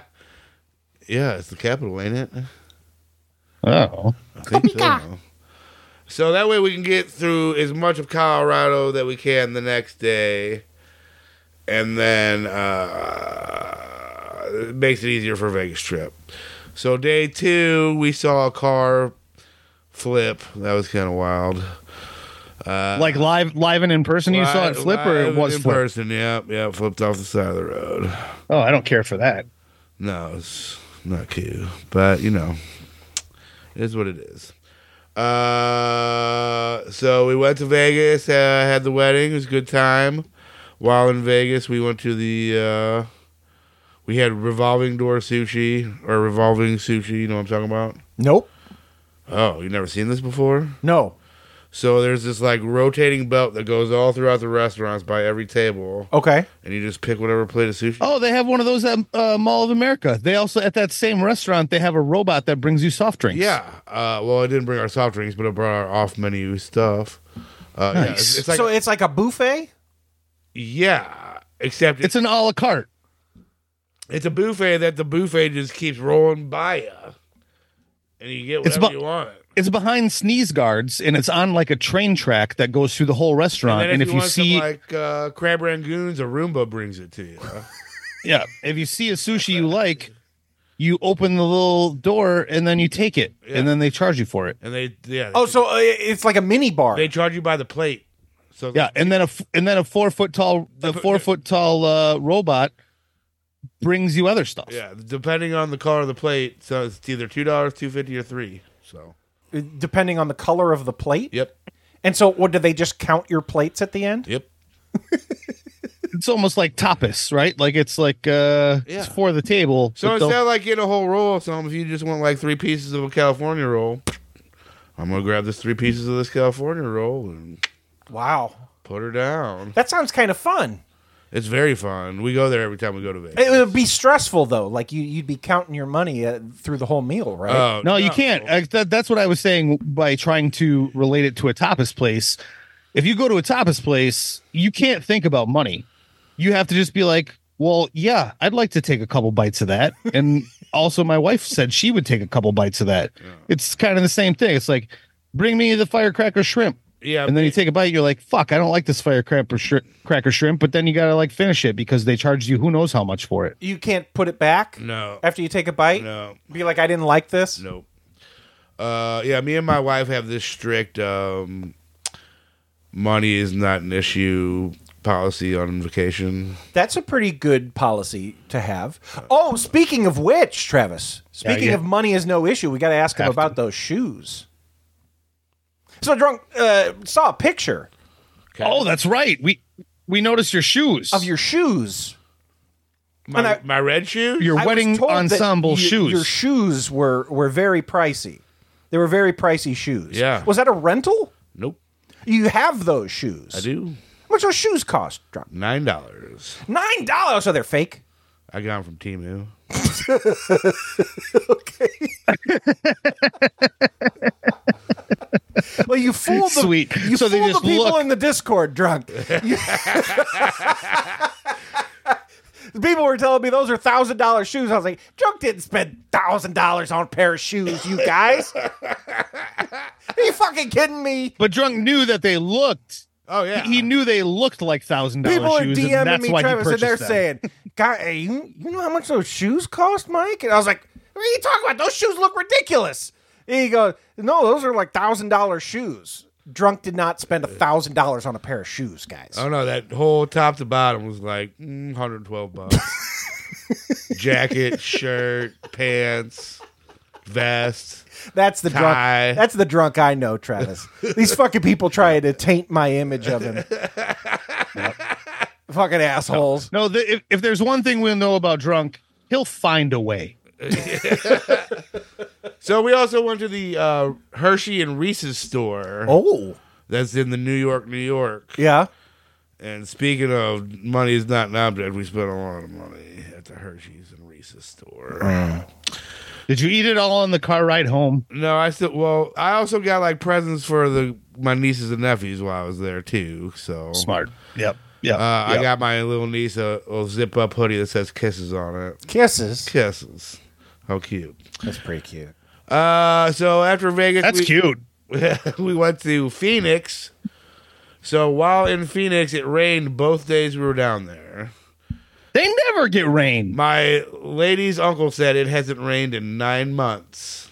it's the capital, ain't it? Oh. I think so. So that way we can get through as much of Colorado that we can the next day. And then uh, it makes it easier for Vegas trip. So day two, we saw a car flip. That was kind of wild. Uh, like live, live and in person, you saw it Li- flip, or it live was in flip? person. Yep, yep, flipped off the side of the road. Oh, I don't care for that. No, it's not cool, but you know, it is what it is. Uh, so we went to Vegas, uh, had the wedding. It was a good time. While in Vegas, we went to the. Uh, we had revolving door sushi or revolving sushi. You know what I'm talking about? Nope. Oh, you never seen this before? No. So there's this like rotating belt that goes all throughout the restaurants by every table. Okay. And you just pick whatever plate of sushi. Oh, they have one of those at uh, Mall of America. They also at that same restaurant they have a robot that brings you soft drinks. Yeah. Uh, well, I didn't bring our soft drinks, but I brought our off menu stuff. Uh, yeah, it's, it's like so it's like a buffet. yeah, except it's an a la carte. It's a buffet that the buffet just keeps rolling by you, and you get It's whatever bu- you want. It's behind sneeze guards and it's on like a train track that goes through the whole restaurant. then Uh, And, if, you, want some, see, like uh, crab rangoons, a Roomba brings it to you. yeah, if you see a sushi you like, you open the little door and then you take it, and then they charge you for it. and they yeah. Oh, so uh, it's like a mini bar. They charge you by the plate. So Yeah, and then a f- and then a four foot tall the four foot tall uh, robot brings you other stuff. yeah, depending on the color of the plate, so it's either two dollars, two fifty, or three. So depending on the color of the plate. Yep. And so, what do they just count your plates at the end? Yep. It's almost like tapas, right? Like it's like uh, Yeah. it's for the table. So but instead they'll- of like getting a whole roll of something, if you just want like three pieces of a California roll, I'm gonna grab this three pieces of this California roll and wow, put her down. That sounds kind of fun. It's very fun. We go there every time we go to Vegas. It would be stressful though. Like you, you'd be counting your money uh, through the whole meal, right? Uh, Oh, no, you can't. I, that, that's what I was saying by trying to relate it to a tapas place. If you go to a tapas place, you can't think about money. You have to just be like, well, yeah, I'd like to take a couple bites of that. And also, my wife said she would take a couple bites of that. It's kind of the same thing. It's like, bring me the firecracker shrimp. Yeah, And then you take a bite, you're like, fuck, I don't like this firecracker shri- cracker shrimp. But then you got to like finish it because they charged you who knows how much for it. You can't put it back. No. After you take a bite. No. Be like, I didn't like this. Nope. Uh, yeah, me and my wife have this strict um, money is not an issue policy on vacation. That's a pretty good policy to have. Oh, speaking of which, Travis. Yeah, Speaking yeah. of money is no issue. We got to ask him about those shoes. So drunk uh, saw a picture. Oh, that's right. We we noticed your shoes of your shoes. My, my red shoes. Your I was wedding told that ensemble y- shoes. Your shoes were were very pricey. They were very pricey shoes. Yeah. Was that a rental? Nope. You have those shoes. I do. How much those shoes cost? Drunk. Nine dollars. Nine dollars. So they're fake. I got them from Timu. Well, you fooled the Sweet. You So they fooled just the people look. in the Discord drunk. You- The people were telling me those are thousand dollar shoes. I was like, drunk didn't spend thousand dollars on a pair of shoes. You guys, are you fucking kidding me? But drunk knew that they looked. Oh yeah, he, he knew they looked like thousand People dollar are shoes. and DMing that's me, why Travis, he and they're purchased them. saying, "God, hey, you, you know how much those shoes cost, Mike?" And I was like, "What are you talking about? Those shoes look ridiculous." And he goes, "No, those are like thousand dollar shoes." Drunk did not spend a thousand dollars on a pair of shoes, guys. I don't know. That whole top to bottom was like mm, 112 bucks. Jacket, shirt, pants, vest. That's the Ty. drunk. That's the drunk I know, Travis. These fucking people trying to taint my image of him. Fucking assholes. No, the, if, if there's one thing we'll know about drunk, he'll find a way. So we also went to the uh, Hershey and Reese's store. Oh, that's in the New York, New York. Yeah. And speaking of money is not an object, we spent a lot of money at the Hershey's and Reese's store. Did you eat it all on the car ride home? Mm-hmm. No, I still. Well, I also got like presents for the my nieces and nephews while I was there too. So Smart. Yep. Yeah. Uh, I Yep. got my little niece a, a zip up hoodie that says kisses on it. Kisses. Kisses. How cute. That's pretty cute. Uh, so after Vegas, That's cute. we went to Phoenix. So while in Phoenix, it rained both days we were down there. They never get rain. My lady's uncle said it hasn't rained in nine months.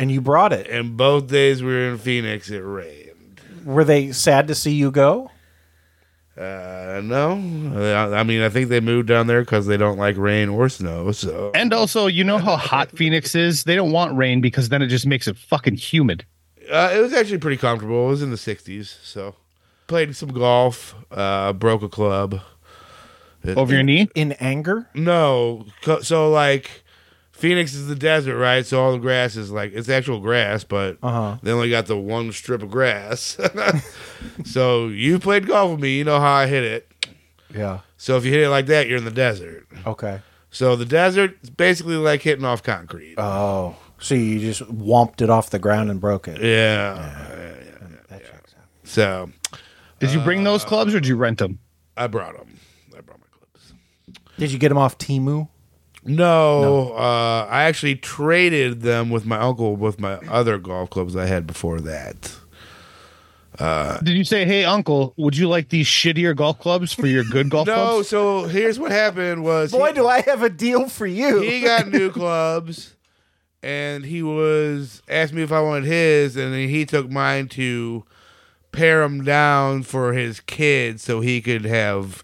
And you brought it. And both days we were in Phoenix, it rained. Were they sad to see you go? Uh, no. I I mean, I think they moved down there because they don't like rain or snow. So And also, you know how hot Phoenix is? They don't want rain because then it just makes it fucking humid. uh, it was actually pretty comfortable. It was in the 60s. So played some golf, uh, broke a club. Over your knee? In anger? No. Co- So, like, Phoenix is the desert, right? So all the grass is like, it's actual grass, but they only got the one strip of grass. so you played golf with me. You know how I hit it. Yeah. So if you hit it like that, you're in the desert. Okay. So the desert is basically like hitting off concrete. Oh, so you just womped it off the ground and broke it. Yeah. yeah, yeah, yeah. So, did you bring Uh, those clubs or did you rent them? I brought them. Did you get them off Timu? No, Uh, I actually traded them with my uncle with my other golf clubs I had before that. Uh, Did you say, hey, uncle, would you like these shittier golf clubs for your good golf no, clubs? so here's what happened was Boy, do I have a deal for you. he got new clubs and he was asked me if I wanted his and then he took mine to pare him down for his kids so he could have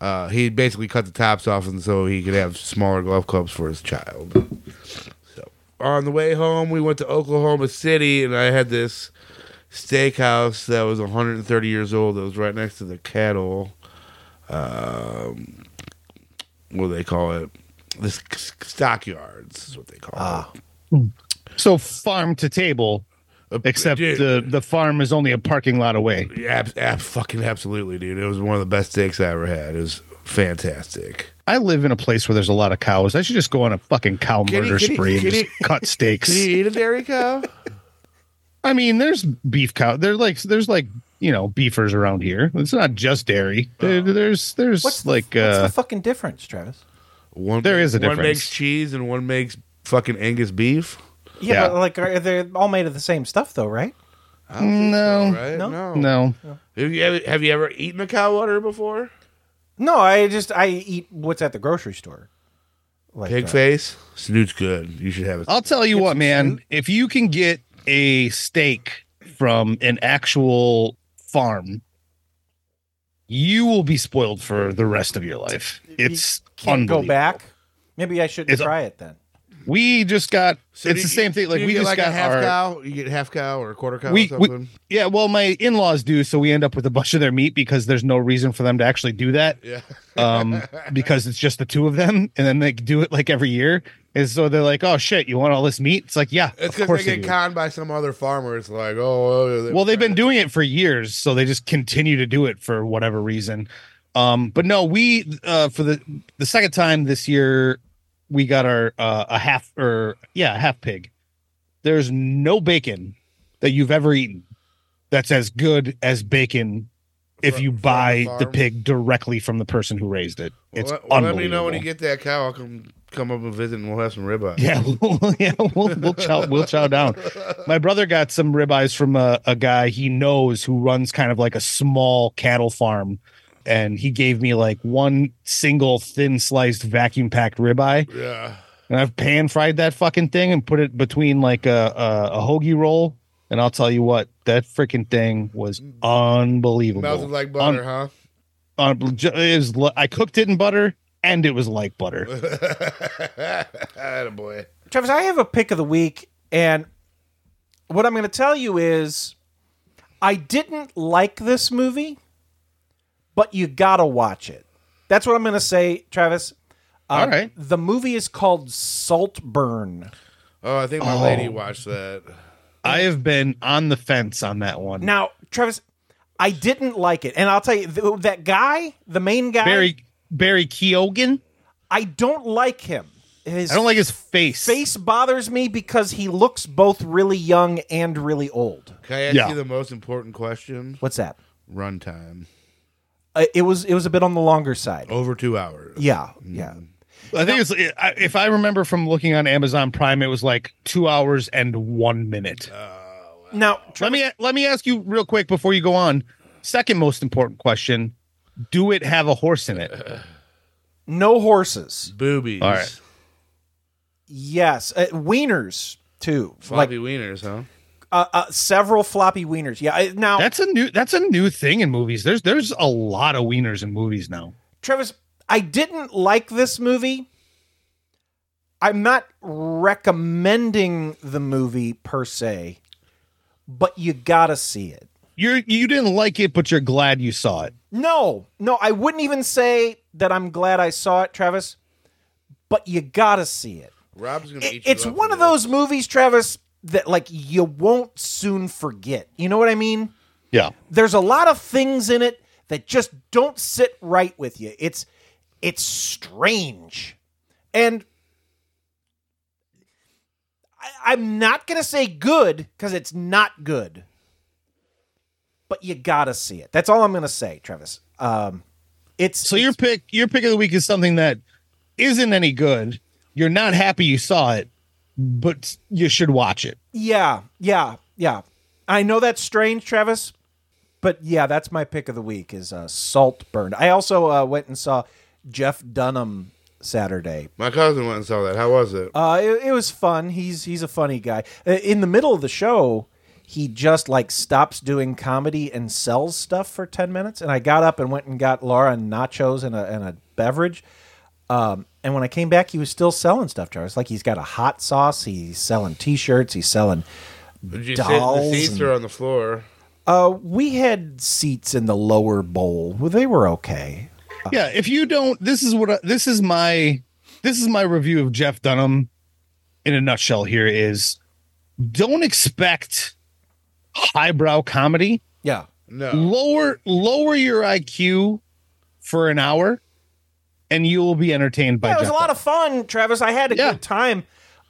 uh, he basically cut the tops off and so he could have smaller golf clubs for his child. on the way home, we went to Oklahoma City, and I had this steakhouse that was 130 years old. That was right next to the cattle. Um, what do they call it? The s- s- stockyards is what they call Ah. it. Uh, So farm to table, except uh, the, the farm is only a parking lot away. Yeah, ab- ab- fucking absolutely, dude. It was one of the best steaks I ever had. It was fantastic. I live in a place where there's a lot of cows. I should just go on a fucking cow Can you- murder can you- spree can and just you- cut steaks. Did you eat a dairy cow? I mean, there's beef cow. There's like there's like you know beefers around here. It's not just dairy. There, there's there's like uh, Oh. What's the fucking difference, Travis? One there is a one difference. makes cheese and one makes fucking Angus beef. Yeah, But like are, they're all made of the same stuff, though, right? I don't think so, No. right? No. no, No. Have you, ever, have you ever eaten a cow udder before? No, I just I eat what's at the grocery store. Like uh, Pig that. face, snoot's good. You should have it. I'll tell you what, man. If you can get a steak from an actual farm, you will be spoiled for the rest of your life. It's Can't go unbelievable. back. Maybe I should It's- try it then. We just got. So it's do you- the same thing. Like do you we get just like got a half our. cow. You get half cow or a quarter cow. or we, something. we yeah well my in-laws do so we end up with a bunch of their meat because there's no reason for them to actually do that Yeah. um because it's just the two of them and then they do it like every year and so they're like oh shit you want all this meat it's like yeah it's of because course they they get do." conned by some other farmer. It's like, oh, well they've been doing it for years so they just continue to do it for whatever reason um but no we uh for the the second time this year we got our uh a half or yeah a half pig there's no bacon that you've ever eaten that's as good as bacon if you buy the, farm? pig directly from the person who raised it it's Well, let- well, unbelievable let me know when you get that cow. I'll come come up and visit, and we'll have some ribeye. yeah, we'll, yeah, we'll we'll chow, we'll chow down. My brother got some ribeyes from a, a guy he knows who runs kind of like a small cattle farm, and he gave me like one single thin sliced vacuum packed ribeye, yeah. and I've pan fried that fucking thing and put it between like a a, a hoagie roll, and I'll tell you what, that freaking thing was unbelievable. Melted like butter, Un- huh? un- ju- it was, li- I cooked it in butter, and it was like butter. boy. Travis, I have a pick of the week, and what I'm going to tell you is I didn't like this movie, but you got to watch it. That's what I'm going to say, Travis. All right. The movie is called Saltburn. Oh, I think my Oh. lady watched that. I have been on the fence on that one. Now, Travis, I didn't like it. And I'll tell you, th- that guy, the main guy, Barry Barry Keoghan. I don't like him. His I don't like his face. Face bothers me because he looks both really young and really old. Can I ask Yeah. you the most important question? What's that? Runtime Uh, it was it was a bit on the longer side. over two hours. Yeah, yeah. I think it's it- I- if I remember from looking on Amazon Prime, it was like two hours and one minute. now let me let me ask you real quick before you go on. Second most important question: Do it have a horse in it? No horses. Boobies. All right. Yes, uh, wieners too. Floppy wieners, huh? uh, uh, several floppy wieners. Yeah. I- Now That's a new that's a new thing in movies. There's there's a lot of wieners in movies now. Travis, I didn't like this movie. I'm not recommending the movie per se, but you gotta see it. You're you didn't like it, but you're glad you saw it. No, no, I wouldn't even say that I'm glad I saw it, Travis, but you gotta see it. Rob's gonna eat you It's up. one of those movies, Travis, that like you won't soon forget. You know what I mean? Yeah. there's a lot of things in it that just don't sit right with you. It's it's strange. And I, I'm not gonna say good because it's not good. But you gotta see it. That's all I'm gonna say, Travis. Um it's so your pick your pick of the week is something that isn't any good. You're not happy you saw it, but you should watch it. Yeah, yeah, yeah. I know that's strange, Travis, but yeah, that's my pick of the week is uh, Saltburn. I also uh, went and saw Jeff Dunham Saturday. My cousin went and saw that. How was it? Uh, it, it was fun. He's he's a funny guy. Uh, In the middle of the show, he just like stops doing comedy and sells stuff for ten minutes. And I got up and went and got Laura nachos and a and a beverage. Um, and when I came back, he was still selling stuff. Travis, like he's got a hot sauce. He's selling T-shirts. He's selling Did you sit in the dolls. seats and- or on the floor? uh, we had seats in the lower bowl. Well, they were okay. yeah if you don't this is what I, this is my this is my review of jeff dunham in a nutshell here is don't expect highbrow comedy yeah no lower lower your iq for an hour and you will be entertained by Yeah, it was jeff a lot of fun, Travis. I had a good time.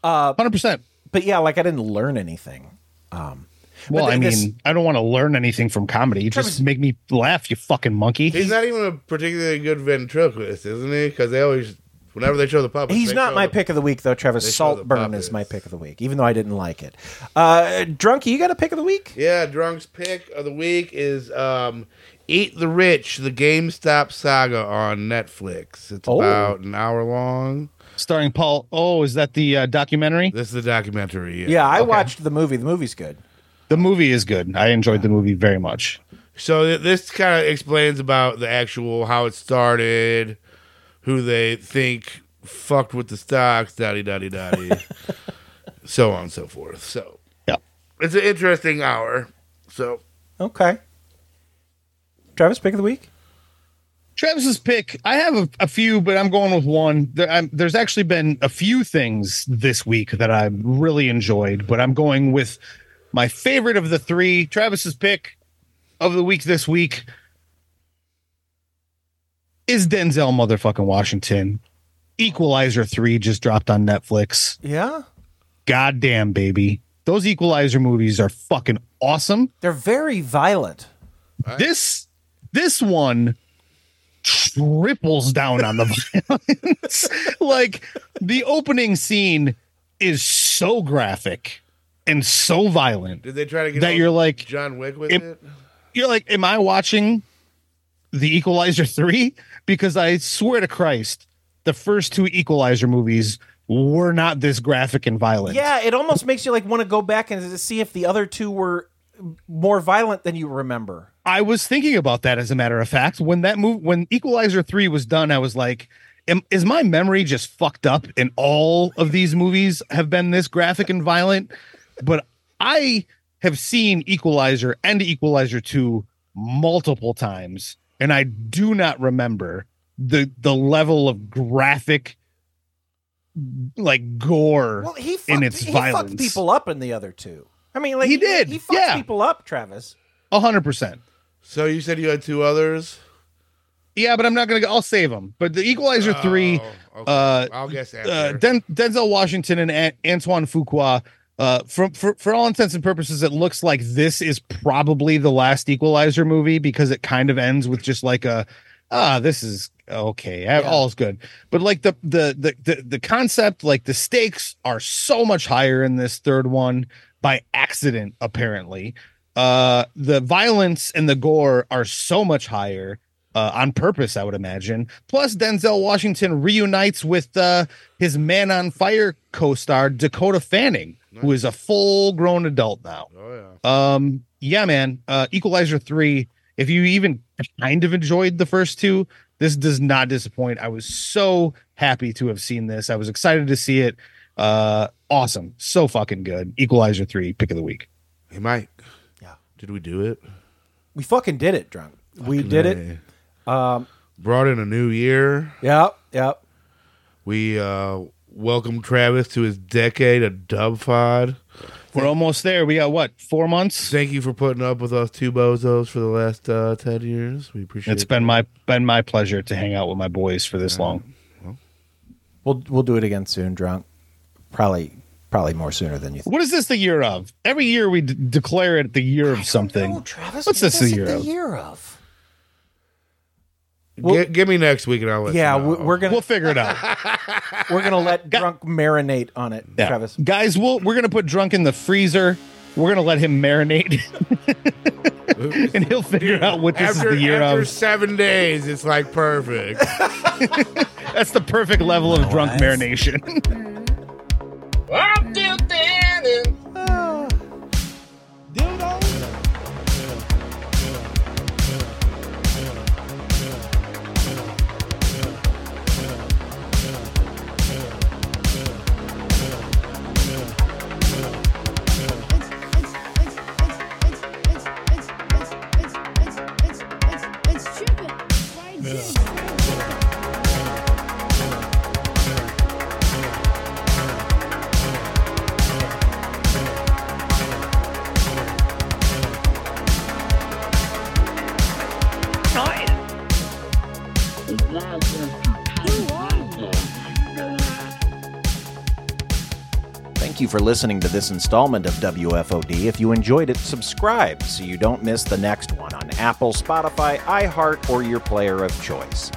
Hundred percent. But yeah, like I didn't learn anything. Um, but well i th- mean this- i don't want to learn anything from comedy You just make me laugh you fucking monkey He's not even a particularly good ventriloquist, isn't he? Because they always, whenever they show the puppet, He's they not show my the- pick of the week, though, They Travis. show the Saltburn is my pick of the week, even though I didn't like it. Uh, Drunky, you got a pick of the week? Yeah, Drunk's pick of the week is um, Eat the Rich, the GameStop saga on Netflix. It's Oh. about an hour long. starring paul oh is that the uh, documentary this is the documentary Yeah, I watched the movie. The movie's good. the movie is good i enjoyed the movie very much So th- this kind of explains about the actual how it started, who they think fucked with the stocks, dotty dotty dotty, so on and so forth. So yeah, it's an interesting hour. So Okay. Travis, pick of the week? Travis's pick. I have a, a few, but I'm going with one. There, I'm, there's actually been a few things this week that I really enjoyed, but I'm going with my favorite of the three. Travis's pick of the week this week is Denzel motherfucking Washington. Equalizer 3 just dropped on Netflix. Yeah. Goddamn, baby. Those Equalizer movies are fucking awesome. They're very violent. This this one triples down on the violence. like the opening scene is so graphic and so violent. did they try to get That all you're like- John Wick with It- it? You're like, am I watching the Equalizer 3? Because I swear to Christ, the first two Equalizer movies were not this graphic and violent. Yeah, it almost makes you like want to go back and see if the other two were more violent than you remember. I was thinking about that as a matter of fact. When that move when Equalizer 3 was done, I was like, am, is my memory just fucked up and all of these movies have been this graphic and violent? But I have seen Equalizer and Equalizer 2 multiple times and I do not remember the the level of graphic like gore Well, he fucked, in its he violence. fucked people up in the other two. I mean, like he did, He, fucked yeah. people up, Travis. hundred percent. So you said you had two others. Yeah, but I'm not gonna. go- I'll save them. But the Equalizer Oh, three, uh, I'll guess Uh, after. Den- Denzel Washington and An- Antoine Fuqua. Uh, for, for for all intents and purposes, it looks like this is probably the last Equalizer movie because it kind of ends with just like a ah, this is okay, all's good. But like the, the the the the concept, like the stakes are so much higher in this third one by accident, apparently. Uh, the violence and the gore are so much higher uh, on purpose, I would imagine. Plus, Denzel Washington reunites with uh, his Man on Fire co-star Dakota Fanning, who is a full-grown adult now. Oh Um, yeah, man. Uh, Equalizer three. If you even kind of enjoyed the first two, this does not disappoint. I was so happy to have seen this. I was excited to see it. Uh, awesome. So fucking good. Equalizer three pick of the week. Hey, Mike. Yeah. Did we do it? We fucking did it, drunk. we did it. Um, Brought in a new year. Yep. Yep. We uh, welcomed Travis to his decade of Dubfod. We're almost there. We got what four months? Thank you for putting up with us two bozos for the last uh, ten years. We appreciate It's been my been my pleasure to hang out with my boys for this long. We'll we'll do it again soon, drunk. Probably probably more sooner than you think. What is this the year of? Every year we d- declare it the year of something. Travis, What's what this the is it year of? year of? Gi- give, me next week and I'll let Yeah, you know. we- we're gonna we'll figure it out. We're gonna let drunk marinate on it, Yeah. Travis. Guys, we'll, we're gonna put drunk in the freezer. We're gonna let him marinate, and he'll figure out what this after, is the year after of. seven days, it's like perfect. That's the perfect level of drunk marination. I'm still standing. Thank you for listening to this installment of WFOD. If you enjoyed it, subscribe so you don't miss the next one on Apple, Spotify, iHeart, or your player of choice.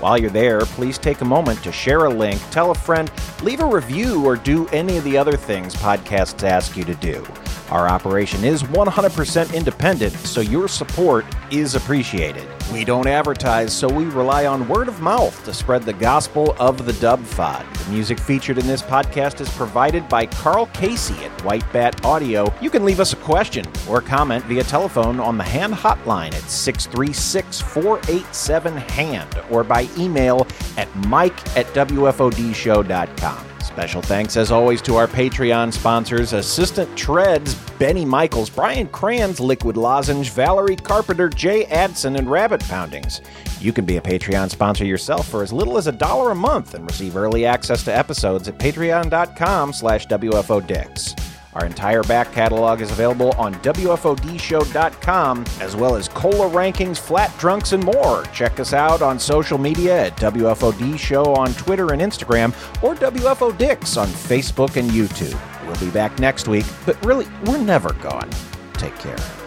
While you're there, please take a moment to share a link, tell a friend, leave a review, or do any of the other things podcasts ask you to do. Our operation is 100% independent, so your support is appreciated. We don't advertise, so we rely on word of mouth to spread the gospel of the dub fod. The music featured in this podcast is provided by Carl Casey at White Bat Audio. You can leave us a question or comment via telephone on the hand hotline at 636 487 HAND or by email at mike at WFODshow.com. Special thanks, as always, to our Patreon sponsors Assistant Treads, Benny Michaels, Brian Kranz, Liquid Lozenge, Valerie Carpenter, Jay Adson, and Rabbit Poundings. You can be a Patreon sponsor yourself for as little as a dollar a month and receive early access to episodes at patreon.com slash WFODicks. Our entire back catalog is available on WFODshow.com, as well as cola rankings, flat drunks, and more. Check us out on social media at WFOD Show on Twitter and Instagram, or WFO Dicks on Facebook and YouTube. We'll be back next week, but really, we're never gone. Take care.